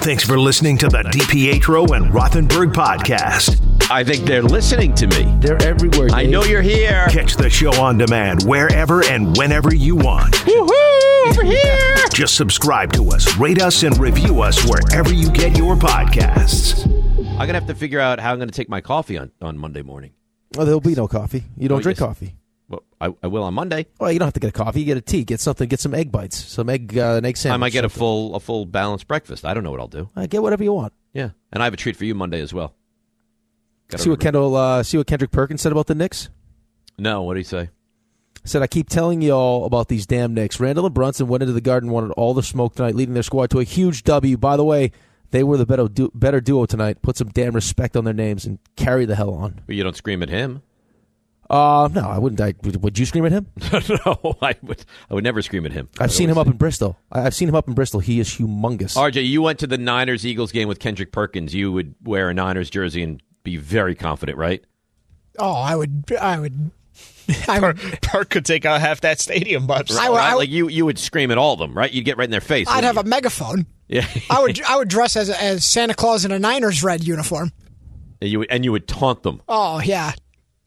[SPEAKER 1] Thanks for listening to the DPetro and Rothenberg podcast.
[SPEAKER 6] I think they're listening to me.
[SPEAKER 3] They're everywhere.
[SPEAKER 6] I know you're here.
[SPEAKER 1] Catch the show on demand wherever and whenever you want.
[SPEAKER 6] Woohoo! Over here.
[SPEAKER 1] Just subscribe to us, rate us, and review us wherever you get your podcasts.
[SPEAKER 6] I'm gonna have to figure out how I'm gonna take my coffee on, on Monday morning.
[SPEAKER 3] Oh, there'll be no coffee. You don't
[SPEAKER 6] Oh,
[SPEAKER 3] drink
[SPEAKER 6] yes.
[SPEAKER 3] coffee.
[SPEAKER 6] Well, I, I will on Monday.
[SPEAKER 3] Well, you don't have to get a coffee. You get a tea. Get something. Get some egg bites. Some egg. Uh, an egg sandwich.
[SPEAKER 6] I might get a full a full balanced breakfast. I don't know what I'll do.
[SPEAKER 3] Uh, get whatever you want.
[SPEAKER 6] Yeah, and I have a treat for you Monday as well. Gotta
[SPEAKER 3] see what
[SPEAKER 6] remember.
[SPEAKER 3] Kendall. Uh, see what Kendrick Perkins said about the Knicks.
[SPEAKER 6] No, what do you say?
[SPEAKER 3] Said I keep telling y'all about these damn Knicks. Randall and Brunson went into the Garden, wanted all the smoke tonight, leading their squad to a huge W. By the way, they were the better du- better duo tonight. Put some damn respect on their names and carry the hell on.
[SPEAKER 6] Well, you don't scream at him.
[SPEAKER 3] Uh, no, I wouldn't. I, would would you scream at him?
[SPEAKER 6] no, I would. I would never scream at him.
[SPEAKER 3] I've seen him up in Bristol. I, I've seen him up in Bristol. He is humongous.
[SPEAKER 6] RJ, you went to the Niners Eagles game with Kendrick Perkins. You would wear a Niners jersey and be very confident, right?
[SPEAKER 4] Oh, I would. I would. I would.
[SPEAKER 5] Park could take out half that stadium, but
[SPEAKER 6] Right, right? like you, you would scream at all of them, right? You'd get right in their face.
[SPEAKER 4] I'd
[SPEAKER 6] wouldn't
[SPEAKER 4] have a megaphone.
[SPEAKER 6] you?
[SPEAKER 4] I would. I would dress as as Santa Claus in a Niners red uniform.
[SPEAKER 6] yeah, you would, and you would taunt them.
[SPEAKER 4] Oh yeah,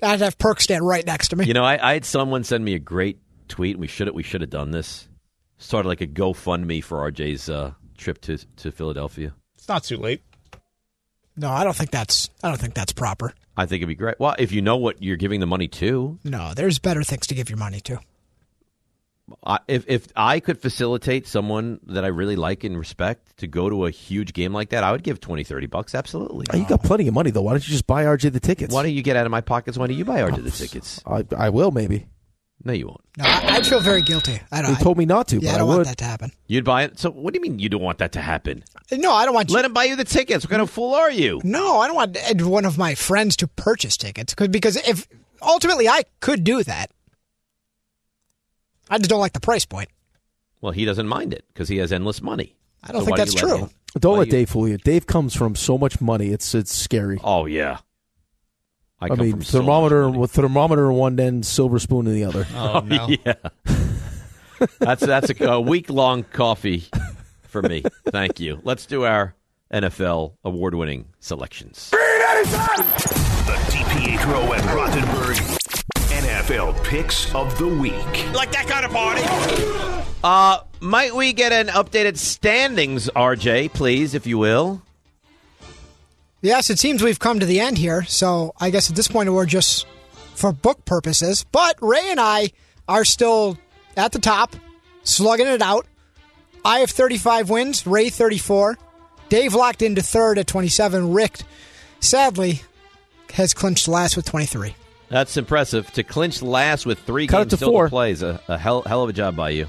[SPEAKER 4] I'd have Perk stand right next to me.
[SPEAKER 6] You know, I, I had someone send me a great tweet. We should we should have done this. Started like a GoFundMe for RJ's uh, trip to to Philadelphia.
[SPEAKER 5] It's not too late.
[SPEAKER 4] No, I don't think that's. I don't think that's proper.
[SPEAKER 6] I think it'd be great. Well, if you know what you're giving the money to,
[SPEAKER 4] No, there's better things to give your money to.
[SPEAKER 6] I, if if I could facilitate someone that I really like and respect to go to a huge game like that, I would give 20, 30 bucks. Absolutely.
[SPEAKER 3] Uh, You got plenty of money though. Why don't you just buy RJ the tickets?
[SPEAKER 6] Why don't you get out of my pockets? Why don't you buy
[SPEAKER 4] Oh,
[SPEAKER 6] RJ the tickets?
[SPEAKER 3] I, I will maybe.
[SPEAKER 6] No, you won't.
[SPEAKER 4] No, I, I'd feel very guilty. I don't.
[SPEAKER 3] They told me not to, but
[SPEAKER 4] Yeah, I
[SPEAKER 3] I
[SPEAKER 4] don't
[SPEAKER 3] would.
[SPEAKER 4] want that to happen.
[SPEAKER 6] You'd buy it. So what do you mean you don't want that to happen?
[SPEAKER 4] No, I don't want.
[SPEAKER 6] Let him buy you the tickets. What kind of fool are you?
[SPEAKER 4] No, I don't want ed- one of my friends to purchase tickets 'cause- because if ultimately I could do that, I just don't like the price point.
[SPEAKER 6] Well, he doesn't mind it because he has endless money.
[SPEAKER 4] I don't
[SPEAKER 6] So
[SPEAKER 4] think
[SPEAKER 6] why do
[SPEAKER 4] that's
[SPEAKER 6] you let
[SPEAKER 4] true.
[SPEAKER 6] him?
[SPEAKER 3] Don't let Dave fool you. Dave comes from so much money. It's it's scary.
[SPEAKER 6] Oh yeah. I, come
[SPEAKER 3] mean,
[SPEAKER 6] from so
[SPEAKER 3] thermometer with thermometer in one end, silver spoon in the other.
[SPEAKER 6] Oh,
[SPEAKER 4] Oh,
[SPEAKER 6] yeah. that's that's a, a week long coffee for me. Thank you. Let's do our NFL award winning selections.
[SPEAKER 1] The DiPietro and Rothenberg NFL picks of the week.
[SPEAKER 6] Like that kind of party. Uh, might we get an updated standings, RJ, please, if you will?
[SPEAKER 4] Yes, it seems we've come to the end here. So I guess at this point we're just for book purposes. But Ray and I are still at the top, slugging it out. I have 35 wins, Ray 34. Dave locked into third at 27. Rick, sadly, has clinched last with 23.
[SPEAKER 6] That's impressive to clinch last with three
[SPEAKER 3] Cut it
[SPEAKER 6] games
[SPEAKER 3] to
[SPEAKER 6] still
[SPEAKER 3] four.
[SPEAKER 6] to play is a, a hell hell of a job by you.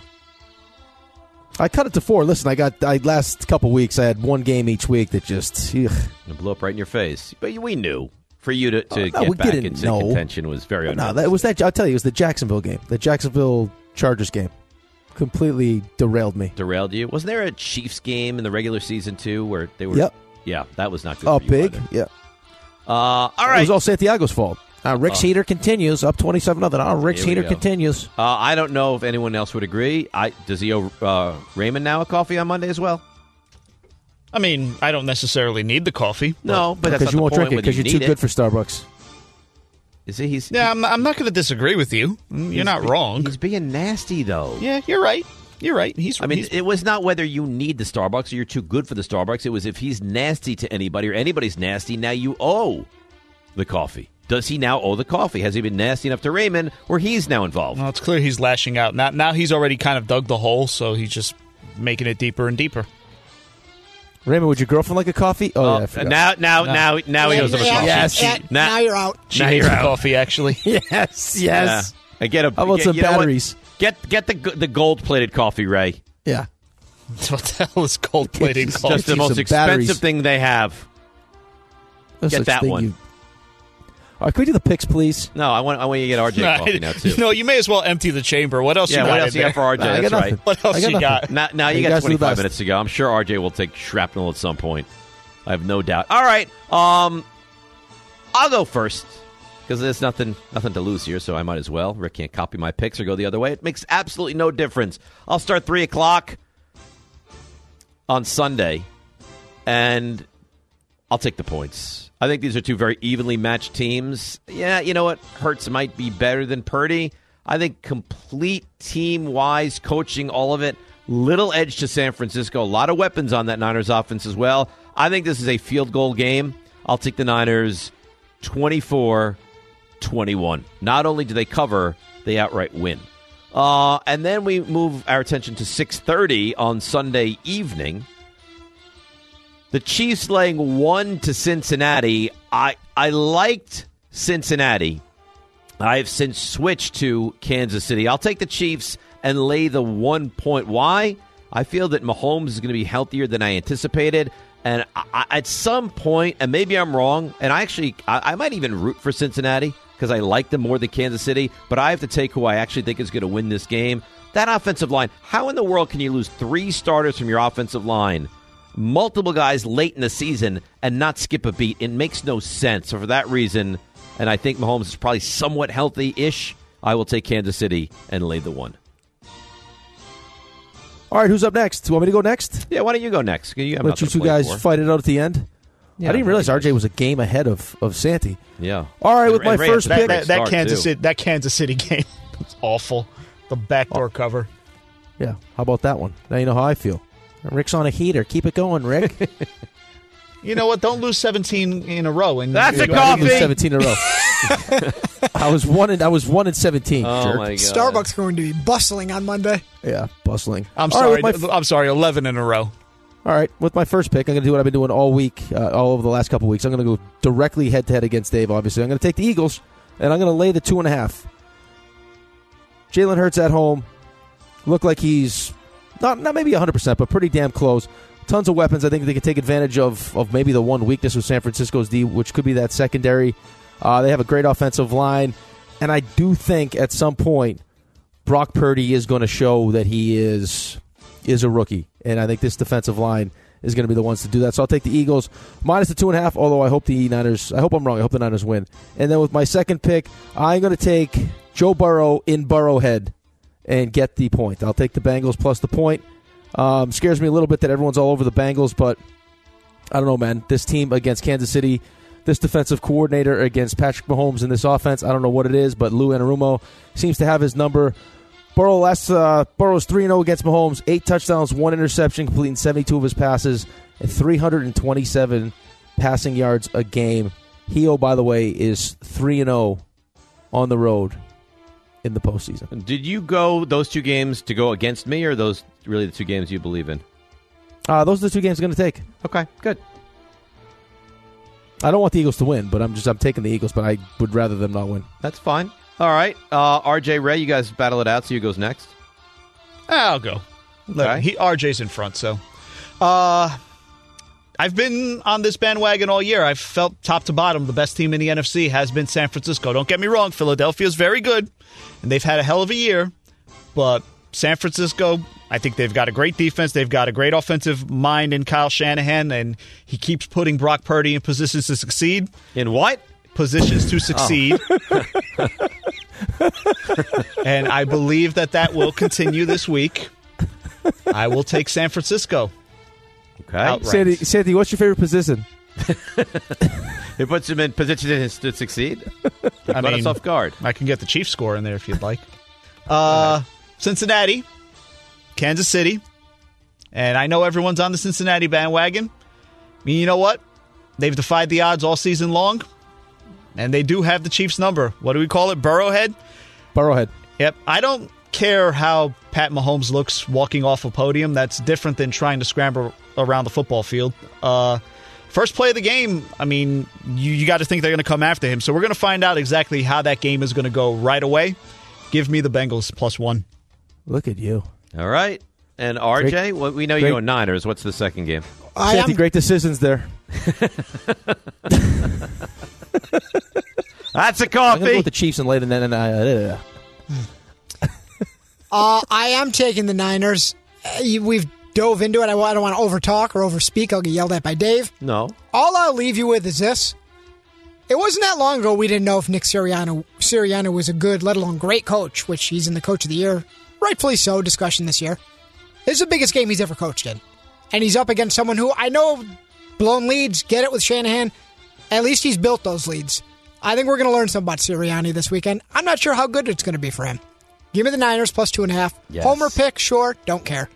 [SPEAKER 3] I cut it to four. Listen, I got I last couple weeks I had one game each week that just ugh.
[SPEAKER 6] It blew up right in your face, but we knew for you to, to
[SPEAKER 3] Uh, no, we
[SPEAKER 6] get back
[SPEAKER 3] didn't
[SPEAKER 6] into
[SPEAKER 3] know.
[SPEAKER 6] contention was very
[SPEAKER 3] no,
[SPEAKER 6] unnecessary.
[SPEAKER 3] that was that. I'll tell you, it was the Jacksonville game, the Jacksonville Chargers game, completely derailed me.
[SPEAKER 6] derailed you. Wasn't there a Chiefs game in the regular season too where they were?
[SPEAKER 3] Yep.
[SPEAKER 6] Yeah, that was not good.
[SPEAKER 3] Oh,
[SPEAKER 6] for you
[SPEAKER 3] big,
[SPEAKER 6] either.
[SPEAKER 3] yeah.
[SPEAKER 6] Uh, all right.
[SPEAKER 3] It was all Santiago's fault. Uh, Rick's
[SPEAKER 6] Oh.
[SPEAKER 3] heater continues up twenty-seven nothing. Oh, Rick's
[SPEAKER 6] Here we
[SPEAKER 3] heater
[SPEAKER 6] go.
[SPEAKER 3] continues.
[SPEAKER 6] Uh, I don't know if anyone else would agree. I does he owe uh, Raymond now a coffee on Monday as well?
[SPEAKER 5] I mean, I don't necessarily need the coffee.
[SPEAKER 6] No, but that's
[SPEAKER 3] because
[SPEAKER 6] not
[SPEAKER 3] you
[SPEAKER 6] the
[SPEAKER 3] won't
[SPEAKER 6] point
[SPEAKER 3] drink it
[SPEAKER 6] whether
[SPEAKER 3] because
[SPEAKER 6] you
[SPEAKER 3] you're too
[SPEAKER 6] need
[SPEAKER 3] good
[SPEAKER 6] it.
[SPEAKER 3] for Starbucks.
[SPEAKER 6] Is he? He's
[SPEAKER 5] yeah, I'm, I'm not going to disagree with you. You're
[SPEAKER 6] Mm, He's
[SPEAKER 5] not
[SPEAKER 6] be-
[SPEAKER 5] wrong.
[SPEAKER 6] He's being nasty though.
[SPEAKER 5] Yeah, you're right. You're right. He's.
[SPEAKER 6] I mean,
[SPEAKER 5] he's-
[SPEAKER 6] it was not whether you need the Starbucks or you're too good for the Starbucks. It was if he's nasty to anybody or anybody's nasty. Now you owe the coffee. Does he now owe the coffee? Has he been nasty enough to Raymond where he's now involved?
[SPEAKER 5] well, it's clear he's lashing out now. Now he's already kind of dug the hole, so he's just making it deeper and deeper.
[SPEAKER 3] Raymond, would your girlfriend like a coffee? Oh, yeah, I forgot.
[SPEAKER 6] Uh, now, now,
[SPEAKER 5] No.
[SPEAKER 6] now, now he
[SPEAKER 5] Yeah,
[SPEAKER 6] owes him a
[SPEAKER 5] yeah,
[SPEAKER 6] coffee.
[SPEAKER 5] yes.
[SPEAKER 6] Now-
[SPEAKER 5] Yeah, now
[SPEAKER 4] you're out.
[SPEAKER 5] She hates the coffee, actually.
[SPEAKER 3] yes, yes.
[SPEAKER 6] Yeah. And get a,
[SPEAKER 3] How about
[SPEAKER 6] get-
[SPEAKER 3] some
[SPEAKER 6] you know what?
[SPEAKER 3] batteries?
[SPEAKER 6] Get get the the gold plated coffee, Ray.
[SPEAKER 3] Yeah.
[SPEAKER 5] What the hell is cold plated
[SPEAKER 6] It's
[SPEAKER 5] coffee?
[SPEAKER 6] just the most expensive thing they have.
[SPEAKER 3] No
[SPEAKER 6] get
[SPEAKER 3] such
[SPEAKER 6] that
[SPEAKER 3] thing,
[SPEAKER 6] one.
[SPEAKER 3] you- All right, can we do the picks, please?
[SPEAKER 6] No, I want I want you to get RJ
[SPEAKER 5] Nah,
[SPEAKER 6] coffee now too.
[SPEAKER 5] No, you may as well empty the chamber. What else
[SPEAKER 6] yeah,
[SPEAKER 5] you got?
[SPEAKER 6] what else
[SPEAKER 5] in
[SPEAKER 6] you got for
[SPEAKER 5] there?
[SPEAKER 6] RJ?
[SPEAKER 3] I got
[SPEAKER 6] That's right.
[SPEAKER 3] nothing.
[SPEAKER 5] What else
[SPEAKER 3] I got
[SPEAKER 5] you got?
[SPEAKER 3] nothing.
[SPEAKER 6] Now, now you,
[SPEAKER 3] You
[SPEAKER 6] got
[SPEAKER 3] guys do the
[SPEAKER 6] 25
[SPEAKER 3] best.
[SPEAKER 6] minutes to go. I'm sure RJ will take shrapnel at some point. I have no doubt. All right, um, I'll go first because there's nothing nothing to lose here, so I might as well. Rick can't copy my picks or go the other way. It makes absolutely no difference. I'll start three o'clock on Sunday, and I'll take the points. I think these are two very evenly matched teams. Yeah, you know what? Hertz might be better than Purdy. I think complete team wise, coaching, all of it, little edge to San Francisco. A lot of weapons on that Niners offense as well. I think this is a field goal game. I'll take the Niners 24 21. Not only do they cover, they outright win. Uh, and then we move our attention to 6:30 on Sunday evening. The Chiefs laying one to Cincinnati. I I liked Cincinnati. I have since switched to Kansas City. I'll take the Chiefs and lay the one point. Why? I feel that Mahomes is going to be healthier than I anticipated. And I, I- at some point, and maybe I'm wrong, and I actually, I, I might even root for Cincinnati because I like them more than Kansas City, but I have to take who I actually think is going to win this game. That offensive line, how in the world can you lose three starters from your offensive line? multiple guys late in the season and not skip a beat. It makes no sense. So for that reason, and I think Mahomes is probably somewhat healthy ish. I will take Kansas City and lay the one.
[SPEAKER 3] All right, who's up next? You want me to go next?
[SPEAKER 6] Yeah, why don't you go next? You
[SPEAKER 3] Let
[SPEAKER 6] have
[SPEAKER 3] you
[SPEAKER 6] nothing to
[SPEAKER 3] two
[SPEAKER 6] play
[SPEAKER 3] guys
[SPEAKER 6] for.
[SPEAKER 3] fight it out at the end.
[SPEAKER 6] Yeah,
[SPEAKER 3] I didn't realize RJ was a game ahead of, of Santi.
[SPEAKER 6] Yeah.
[SPEAKER 3] All right, with
[SPEAKER 6] And
[SPEAKER 3] my
[SPEAKER 6] Ray
[SPEAKER 3] first
[SPEAKER 6] had a
[SPEAKER 3] pick,
[SPEAKER 6] great
[SPEAKER 16] That, that
[SPEAKER 6] start,
[SPEAKER 16] Kansas
[SPEAKER 6] too.
[SPEAKER 16] City, that Kansas City game was awful. The
[SPEAKER 3] Oh.
[SPEAKER 16] backdoor cover.
[SPEAKER 3] Yeah, how about that one? Now you know how I feel. Rick's on a heater. Keep it going, Rick.
[SPEAKER 16] You know what? Don't lose 17 in a row. And
[SPEAKER 3] That's a I didn't do Seventeen in a row. I was one. In, I was one in seventeen.
[SPEAKER 6] Oh
[SPEAKER 3] jerk.
[SPEAKER 4] Starbucks going to be bustling on Monday.
[SPEAKER 3] Yeah, bustling.
[SPEAKER 16] I'm
[SPEAKER 3] All right,
[SPEAKER 16] sorry.
[SPEAKER 3] with my f-
[SPEAKER 16] I'm sorry. 11 in a row.
[SPEAKER 3] All right, with my first pick, I'm going to do what I've been doing all week, uh, all over the last couple weeks. I'm going to go directly head to head against Dave. Obviously, I'm going to take the Eagles, and I'm going to lay the two and a half. Jalen Hurts at home look like he's not not maybe 100 percent, but pretty damn close. Tons of weapons. I think they can take advantage of of maybe the one weakness of San Francisco's D, which could be that secondary. Uh, they have a great offensive line, and I do think at some point Brock Purdy is going to show that he is is a rookie, and I think this defensive line is going to be the ones to do that. So I'll take the Eagles minus the two and a half. Although I hope the Niners, I hope I'm wrong. I hope the Niners win. And then with my second pick, I'm going to take Joe Burrow in Burrowhead and get the point. I'll take the Bengals plus the point. Um, scares me a little bit that everyone's all over the Bengals, but I don't know, man. This team against Kansas City, this defensive coordinator against Patrick Mahomes in this offense, I don't know what it is, but Lou Anarumo seems to have his number. Burrow last uh, Burrow's three and zero against Mahomes, eight touchdowns, one interception, completing seventy two of his passes, and three hundred and twenty seven passing yards a game. He, oh by the way, is three and zero on the road in the postseason.
[SPEAKER 6] Did you go those two games to go against me, or those really the two games you believe in?
[SPEAKER 3] Uh, those are the two games I'm going to take.
[SPEAKER 6] Okay, good.
[SPEAKER 3] I don't want the Eagles to win, but I'm just I'm taking the Eagles, but I would rather them not win.
[SPEAKER 6] That's fine. All right, uh, RJ Ray, you guys battle it out. So you goes next.
[SPEAKER 16] I'll go. Look,
[SPEAKER 6] Okay.
[SPEAKER 16] he RJ's in front, so uh I've been on this bandwagon all year. I've felt top to bottom the best team in the NFC has been San Francisco. Don't get me wrong, Philadelphia's very good and they've had a hell of a year, but San Francisco, I think they've got a great defense. They've got a great offensive mind in Kyle Shanahan and he keeps putting Brock Purdy in positions to succeed.
[SPEAKER 6] In what? Oh.
[SPEAKER 16] Positions to succeed. and I believe that that will continue this week. I will take San Francisco.
[SPEAKER 6] Okay.
[SPEAKER 3] Uh, Sandy, Sandy, what's your favorite position?
[SPEAKER 6] It puts him in position to to succeed.
[SPEAKER 16] I
[SPEAKER 6] Caught us
[SPEAKER 16] mean,
[SPEAKER 6] off guard.
[SPEAKER 16] I can get the Chiefs score in there if you'd like. Uh, Cincinnati, Kansas City, and I know everyone's on the Cincinnati bandwagon. I mean, you know what? They've defied the odds all season long, and they do have the Chiefs' number. What do we call it? Burrowhead.
[SPEAKER 3] Burrowhead.
[SPEAKER 16] Yep. I don't care how Pat Mahomes looks walking off a podium. That's different than trying to scramble around the football field. Uh, first play of the game, I mean, you, you got to think they're going to come after him. So we're going to find out exactly how that game is going to go right away. Give me the Bengals plus one.
[SPEAKER 3] Look at you.
[SPEAKER 6] All right. And RJ, well, we know
[SPEAKER 3] great-
[SPEAKER 6] you on Niners. What's the second game?
[SPEAKER 4] I
[SPEAKER 3] Sandy,
[SPEAKER 4] am-
[SPEAKER 3] great decisions there.
[SPEAKER 6] That's a
[SPEAKER 3] I'm gonna
[SPEAKER 6] coffee.
[SPEAKER 3] go with the Chiefs and later, and then and I- uh,
[SPEAKER 4] Uh, I am taking the Niners. Uh, you- We've dove into it. I wa- I don't want to overtalk or overspeak. I'll get yelled at by Dave.
[SPEAKER 6] No.
[SPEAKER 4] All I'll leave you with is this. It wasn't that long ago we didn't know if Nick Sirianni, Sirianni was a good, let alone great coach, which he's in the coach of the year, rightfully so, discussion this year. This is the biggest game he's ever coached in. And he's up against someone who I know blown leads, get it with Shanahan. At least he's built those leads. I think we're going to learn something about Sirianni this weekend. I'm not sure how good it's going to be for him. Give me the Niners plus two and a half.
[SPEAKER 3] Yes.
[SPEAKER 4] Homer pick, sure, don't care.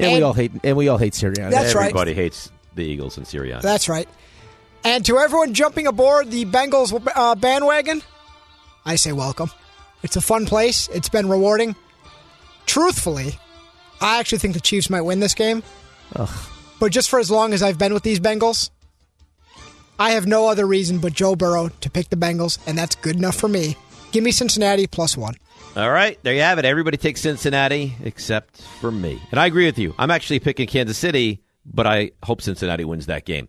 [SPEAKER 3] and we all hate and we all hate Sirianni.
[SPEAKER 4] That's right.
[SPEAKER 6] Everybody hates the Eagles and Sirianni.
[SPEAKER 4] That's right. And to everyone jumping aboard the Bengals uh, bandwagon, I say welcome. It's a fun place. It's been rewarding. Truthfully, I actually think the Chiefs might win this game. But just for as long as I've been with these Bengals, I have no other reason but Joe Burrow to pick the Bengals, and that's good enough for me. Give me Cincinnati plus one.
[SPEAKER 6] All right, there you have it. Everybody takes Cincinnati except for me. And I agree with you. I'm actually picking Kansas City, but I hope Cincinnati wins that game.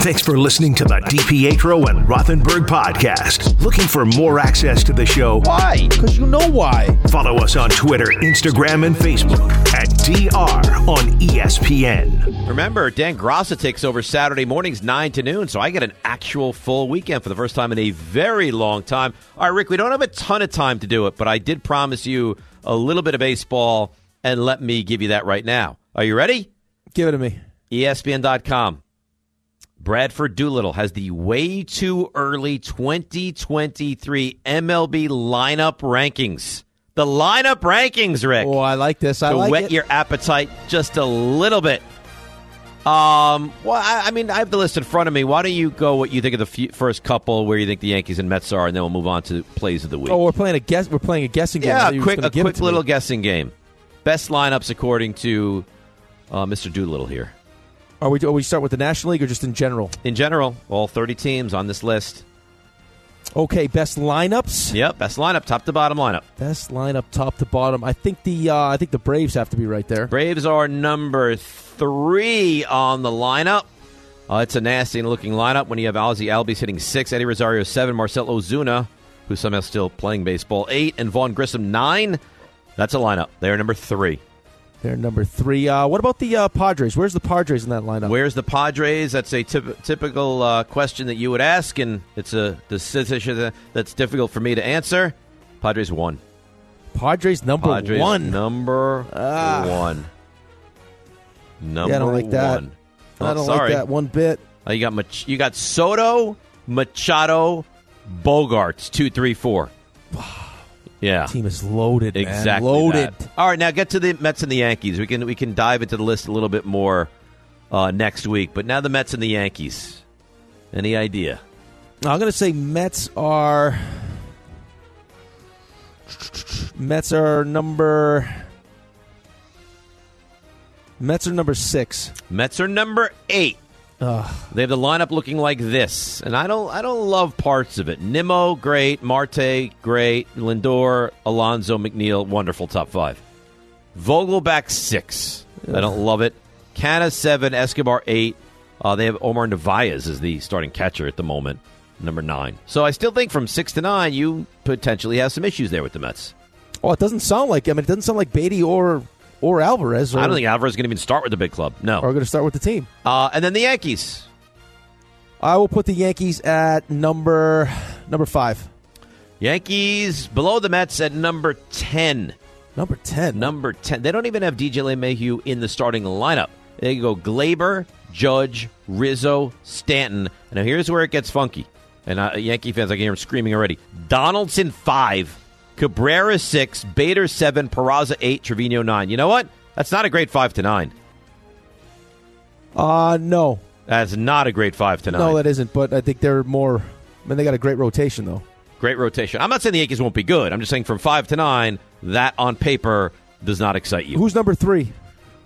[SPEAKER 1] Thanks for listening to the DPetro and Rothenberg podcast. Looking for more access to the show? Why? Because you know why. Follow us on Twitter, Instagram, and Facebook at DR on E ESPN.
[SPEAKER 6] Remember, Dan Grasso takes over Saturday mornings, 9 to noon, so I get an actual full weekend for the first time in a very long time. All right, Rick, we don't have a ton of time to do it, but I did promise you a little bit of baseball, and let me give you that right now. Are you ready? E
[SPEAKER 3] Give it to me.
[SPEAKER 6] ESPN.com. Bradford Doolittle has the way too early 2023 MLB lineup rankings. The lineup rankings, Rick. Oh,
[SPEAKER 3] I like this. I
[SPEAKER 6] to
[SPEAKER 3] like
[SPEAKER 6] whet
[SPEAKER 3] it.
[SPEAKER 6] your appetite just a little bit. Um, well, I, I mean, I have the list in front of me. Why don't you go what you think of the few, first couple, where you think the Yankees and Mets are, and then we'll move on to plays of the week.
[SPEAKER 3] Oh, we're playing a guess. We're playing a guessing game. I
[SPEAKER 6] yeah,
[SPEAKER 3] thought you
[SPEAKER 6] a
[SPEAKER 3] were
[SPEAKER 6] quick,
[SPEAKER 3] just gonna
[SPEAKER 6] a
[SPEAKER 3] give it
[SPEAKER 6] quick
[SPEAKER 3] to me.
[SPEAKER 6] little guessing game. Best lineups according to uh, Mr. Doolittle here.
[SPEAKER 3] Are we? Are we start with the National League or just in general?
[SPEAKER 6] In general, all 30 teams on this list.
[SPEAKER 3] Okay, best lineups.
[SPEAKER 6] Yep, best lineup, top to bottom lineup.
[SPEAKER 3] Best lineup, top to bottom. I think the uh, I think the Braves have to be right there.
[SPEAKER 6] Braves are number three on the lineup. Uh, it's a nasty looking lineup when you have Ozzy Albies hitting six, Eddie Rosario seven, Marcelo Ozuna, who's somehow still playing baseball, eight, and Vaughn Grissom nine. That's a lineup. They are number three.
[SPEAKER 3] They're number three. Uh, what about the uh, Padres? Where's the Padres in that lineup?
[SPEAKER 6] Where's the Padres? That's a typ- typical uh, question that you would ask, and it's a decision that's difficult for me to answer. Padres one.
[SPEAKER 3] Padres number
[SPEAKER 6] Padres
[SPEAKER 3] one.
[SPEAKER 6] Number
[SPEAKER 3] Ah.
[SPEAKER 6] one. Number
[SPEAKER 3] yeah, I don't like that.
[SPEAKER 6] one.
[SPEAKER 3] I
[SPEAKER 6] Oh,
[SPEAKER 3] don't
[SPEAKER 6] sorry.
[SPEAKER 3] like that one bit.
[SPEAKER 6] Uh, you got Mach- you got Soto, Machado, Bogarts, two, three, four. Yeah,
[SPEAKER 3] team is loaded. man.
[SPEAKER 6] Exactly.
[SPEAKER 3] loaded.
[SPEAKER 6] that. All right, now get to the Mets and the Yankees. We can we can dive into the list a little bit more uh, next week. But now the Mets and the Yankees. Any idea?
[SPEAKER 3] I'm gonna say Mets are. Mets are number. Mets are number six.
[SPEAKER 6] Mets are number eight.
[SPEAKER 3] Ugh.
[SPEAKER 6] They have the lineup looking like this, and I don't I don't love parts of it. Nimmo, great. Marte, great. Lindor, Alonzo, McNeil, wonderful top five. Vogelback six. I don't love it. Canna seven. Escobar eight. Uh, they have Omar Narvaez as the starting catcher at the moment, number nine. So I still think from six to nine, you potentially have some issues there with the Mets.
[SPEAKER 3] Oh, it doesn't sound like. I mean, it doesn't sound like Beatty or or Alvarez. Or,
[SPEAKER 6] I don't think Alvarez is going to even start with the big club. No.
[SPEAKER 3] are going to start with the team.
[SPEAKER 6] Uh, and then the Yankees.
[SPEAKER 3] I will put the Yankees at number number five.
[SPEAKER 6] Yankees below the Mets at number 10.
[SPEAKER 3] Number 10.
[SPEAKER 6] Number 10. They don't even have DJ LeMahieu in the starting lineup. They go Glaber, Judge, Rizzo, Stanton. Now here's where it gets funky. And uh, Yankee fans, I can hear them screaming already. Donaldson, 5. Cabrera, 6. Bader, 7. Peraza, 8. Trevino, 9. You know what? That's not a great 5 to 9.
[SPEAKER 3] Uh no,
[SPEAKER 6] That's not a great 5 to 9.
[SPEAKER 3] no, that isn't. But I think they're more. I mean, they got a great rotation though.
[SPEAKER 6] Great rotation. I'm not saying the Yankees won't be good. I'm just saying from five to nine, that on paper does not excite you.
[SPEAKER 3] Who's number three?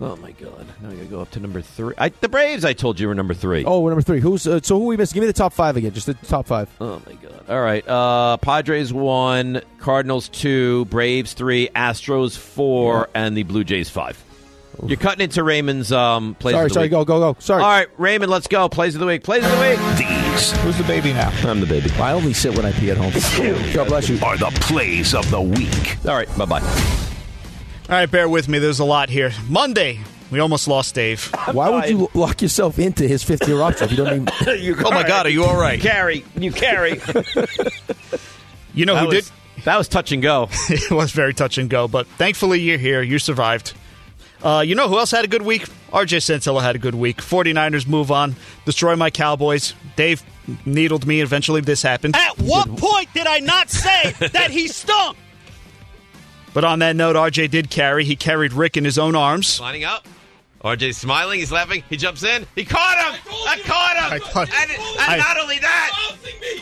[SPEAKER 6] Oh my God! Now I gotta go up to number three. I, the Braves. I told you were number three.
[SPEAKER 3] Oh, we're number three. Who's uh, so? Who we missed? Give me the top five again. Just the top five.
[SPEAKER 6] Oh my god! All right. Uh, Padres one, Cardinals two, Braves three, Astros four, and the Blue Jays five. You're cutting into Raymond's um, plays.
[SPEAKER 3] sorry,
[SPEAKER 6] of the
[SPEAKER 3] sorry.
[SPEAKER 6] week.
[SPEAKER 3] Go, go, go. Sorry.
[SPEAKER 6] All right, Raymond. Let's go. Plays of the week. Plays of the week.
[SPEAKER 1] These.
[SPEAKER 6] Who's the baby now? I'm the baby.
[SPEAKER 3] I only sit when I pee at home.
[SPEAKER 1] God bless you. Are the plays of the week.
[SPEAKER 6] All right. Bye bye.
[SPEAKER 16] All right, bear with me. There's a lot here. Monday, we almost lost Dave.
[SPEAKER 3] Why would you lock yourself into his fifth year option if you don't even?
[SPEAKER 16] oh my God, are you all right?
[SPEAKER 6] Carry. You carry.
[SPEAKER 16] You know
[SPEAKER 6] That
[SPEAKER 16] who
[SPEAKER 6] was-
[SPEAKER 16] did?
[SPEAKER 6] That was touch and go.
[SPEAKER 16] it was very touch and go, but thankfully you're here. You survived. Uh, you know who else had a good week? RJ Santilla had a good week. 49ers move on. Destroy my Cowboys. Dave needled me. Eventually this happened.
[SPEAKER 17] At what point did I not say that he stunk?
[SPEAKER 16] But on that note, RJ did carry. He carried Rick in his own arms.
[SPEAKER 6] Lining up. RJ's smiling. He's laughing. He jumps in. He caught him. I, caught him. and
[SPEAKER 16] I-
[SPEAKER 6] and not only that,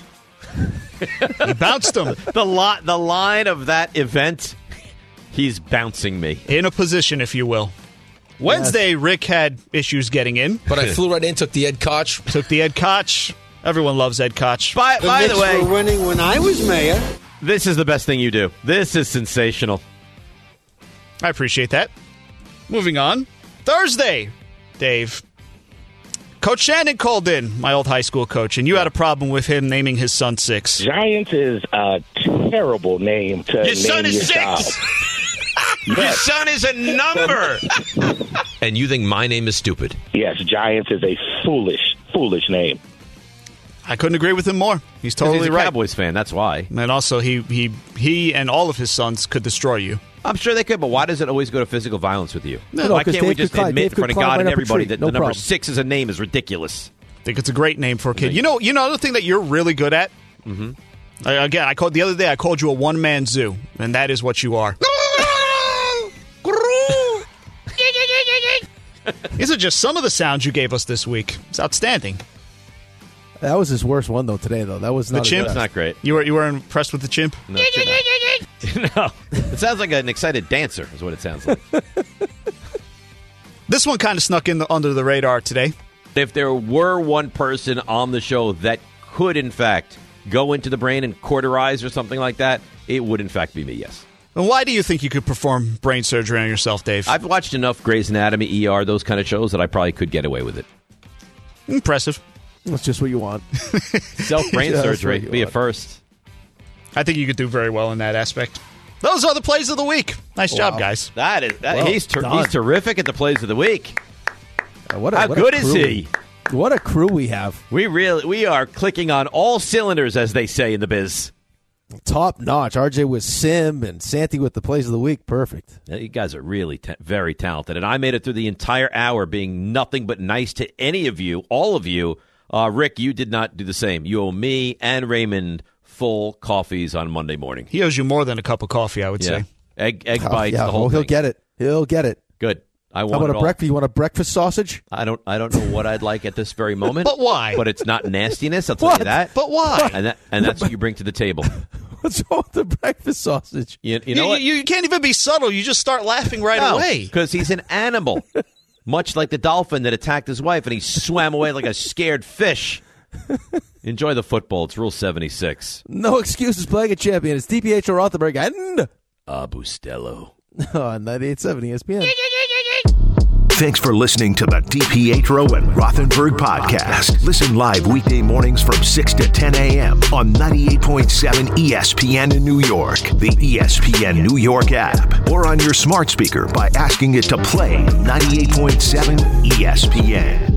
[SPEAKER 16] He bounced him.
[SPEAKER 6] the lot, the line of that event, he's bouncing me
[SPEAKER 16] in a position, if you will. Wednesday, Rick had issues getting in.
[SPEAKER 18] But I flew right in, took the Ed Koch.
[SPEAKER 16] Took the Ed Koch. Everyone loves Ed Koch.
[SPEAKER 6] By, by the way,
[SPEAKER 18] winning when I was mayor.
[SPEAKER 6] This is the best thing you do. This is sensational.
[SPEAKER 16] I appreciate that. Moving on. Thursday, Dave. Coach Shannon called in, my old high school coach, and you had a problem with him naming his son six.
[SPEAKER 19] Giants is a terrible name to
[SPEAKER 6] Your son
[SPEAKER 19] name
[SPEAKER 6] is
[SPEAKER 19] your
[SPEAKER 6] six.
[SPEAKER 19] child.
[SPEAKER 6] Your son is a number. and you think my name is stupid?
[SPEAKER 19] Yes, Giants is a foolish, foolish name.
[SPEAKER 16] I couldn't agree with him more. He's totally
[SPEAKER 6] he's a
[SPEAKER 16] right.
[SPEAKER 6] Cowboys fan. That's why.
[SPEAKER 16] And also, he he he and all of his sons could destroy you.
[SPEAKER 6] I'm sure they could, but why does it always go to physical violence with you?
[SPEAKER 16] No, no,
[SPEAKER 6] why
[SPEAKER 16] 'cause
[SPEAKER 6] can't we
[SPEAKER 16] Dave could
[SPEAKER 6] just
[SPEAKER 16] climb-
[SPEAKER 6] admit
[SPEAKER 16] Dave
[SPEAKER 6] in
[SPEAKER 16] could
[SPEAKER 6] front of
[SPEAKER 16] climb
[SPEAKER 6] God
[SPEAKER 16] right
[SPEAKER 6] and
[SPEAKER 16] up a
[SPEAKER 6] everybody
[SPEAKER 16] tree.
[SPEAKER 6] that
[SPEAKER 16] No
[SPEAKER 6] the number
[SPEAKER 16] problem.
[SPEAKER 6] six as a name is ridiculous?
[SPEAKER 16] I think it's a great name for a kid. You know, you know, another thing that you're really good at. Mm-hmm. again, I called the other day. I called you a one man zoo, and that is what you are. These are just some of the sounds you gave us this week. It's outstanding.
[SPEAKER 3] That was his worst one though today though. That was
[SPEAKER 16] The
[SPEAKER 3] not
[SPEAKER 16] chimp,
[SPEAKER 3] his best.
[SPEAKER 6] great.
[SPEAKER 16] You were you were impressed with the chimp?
[SPEAKER 6] No, no. It sounds like an excited dancer, is what it sounds like.
[SPEAKER 16] This one kind of snuck in the, under the radar today.
[SPEAKER 6] if there were one person on the show that could, in fact, go into the brain and cauterize or something like that, it would, in fact, be me, yes.
[SPEAKER 16] And why do you think you could perform brain surgery on yourself, Dave?
[SPEAKER 6] I've watched enough Grey's Anatomy, ER, those kind of shows that I probably could get away with it.
[SPEAKER 16] Impressive.
[SPEAKER 3] That's just what you want.
[SPEAKER 6] Self brain
[SPEAKER 16] Yeah, that's
[SPEAKER 6] surgery,
[SPEAKER 16] right, you
[SPEAKER 6] be a
[SPEAKER 16] are.
[SPEAKER 6] first.
[SPEAKER 16] I think you could do very well in that aspect. Those are the plays of the week. Nice job, guys.
[SPEAKER 6] That is that,
[SPEAKER 16] Well
[SPEAKER 6] he's ter-
[SPEAKER 16] done.
[SPEAKER 6] he's terrific at the plays of the week.
[SPEAKER 3] Uh, What a-
[SPEAKER 6] How
[SPEAKER 3] what a
[SPEAKER 6] good is
[SPEAKER 3] crew.
[SPEAKER 6] he?
[SPEAKER 3] What a crew we have.
[SPEAKER 6] We really we are clicking on all cylinders, as they say in the biz.
[SPEAKER 3] Top notch. RJ with Sim and Santi with the plays of the week. Perfect.
[SPEAKER 6] Yeah, You guys are really ta- very talented, and I made it through the entire hour being nothing but nice to any of you, all of you. Uh, Rick, you did not do the same. You owe me and Raymond full coffees on Monday morning.
[SPEAKER 16] He owes you more than a cup of coffee, I would
[SPEAKER 6] Yeah.
[SPEAKER 16] say.
[SPEAKER 6] egg egg
[SPEAKER 3] Oh,
[SPEAKER 6] bites
[SPEAKER 3] yeah,
[SPEAKER 6] the whole
[SPEAKER 3] well, he'll
[SPEAKER 6] thing.
[SPEAKER 3] get it. He'll get it.
[SPEAKER 6] Good. I
[SPEAKER 3] How
[SPEAKER 6] want
[SPEAKER 3] about
[SPEAKER 6] it
[SPEAKER 3] a
[SPEAKER 6] all.
[SPEAKER 3] breakfast? You want a breakfast sausage?
[SPEAKER 6] I don't I don't know what I'd like at this very moment.
[SPEAKER 3] But why?
[SPEAKER 6] But it's not nastiness. I'll tell
[SPEAKER 3] What?
[SPEAKER 6] you that.
[SPEAKER 3] But why?
[SPEAKER 6] And that, and that's what you bring to the table.
[SPEAKER 3] What's wrong with the breakfast sausage?
[SPEAKER 6] You, you know what?
[SPEAKER 16] You, can't even be subtle. You just start laughing right away.
[SPEAKER 6] Because he's an animal, much like the dolphin that attacked his wife and he swam away like a scared fish. Enjoy the football. It's Rule 76.
[SPEAKER 3] No excuses playing a champion. It's DPH or Rothenberg and Oh,
[SPEAKER 6] Abustello.
[SPEAKER 3] on 98.7 ESPN.
[SPEAKER 1] Thanks for listening to the DPetro and Rothenberg podcast. Listen live weekday mornings from 6 to 10 a.m. on 98.7 ESPN in New York, the E ESPN New York app, E or on your smart speaker by asking it to play 98.7 ESPN.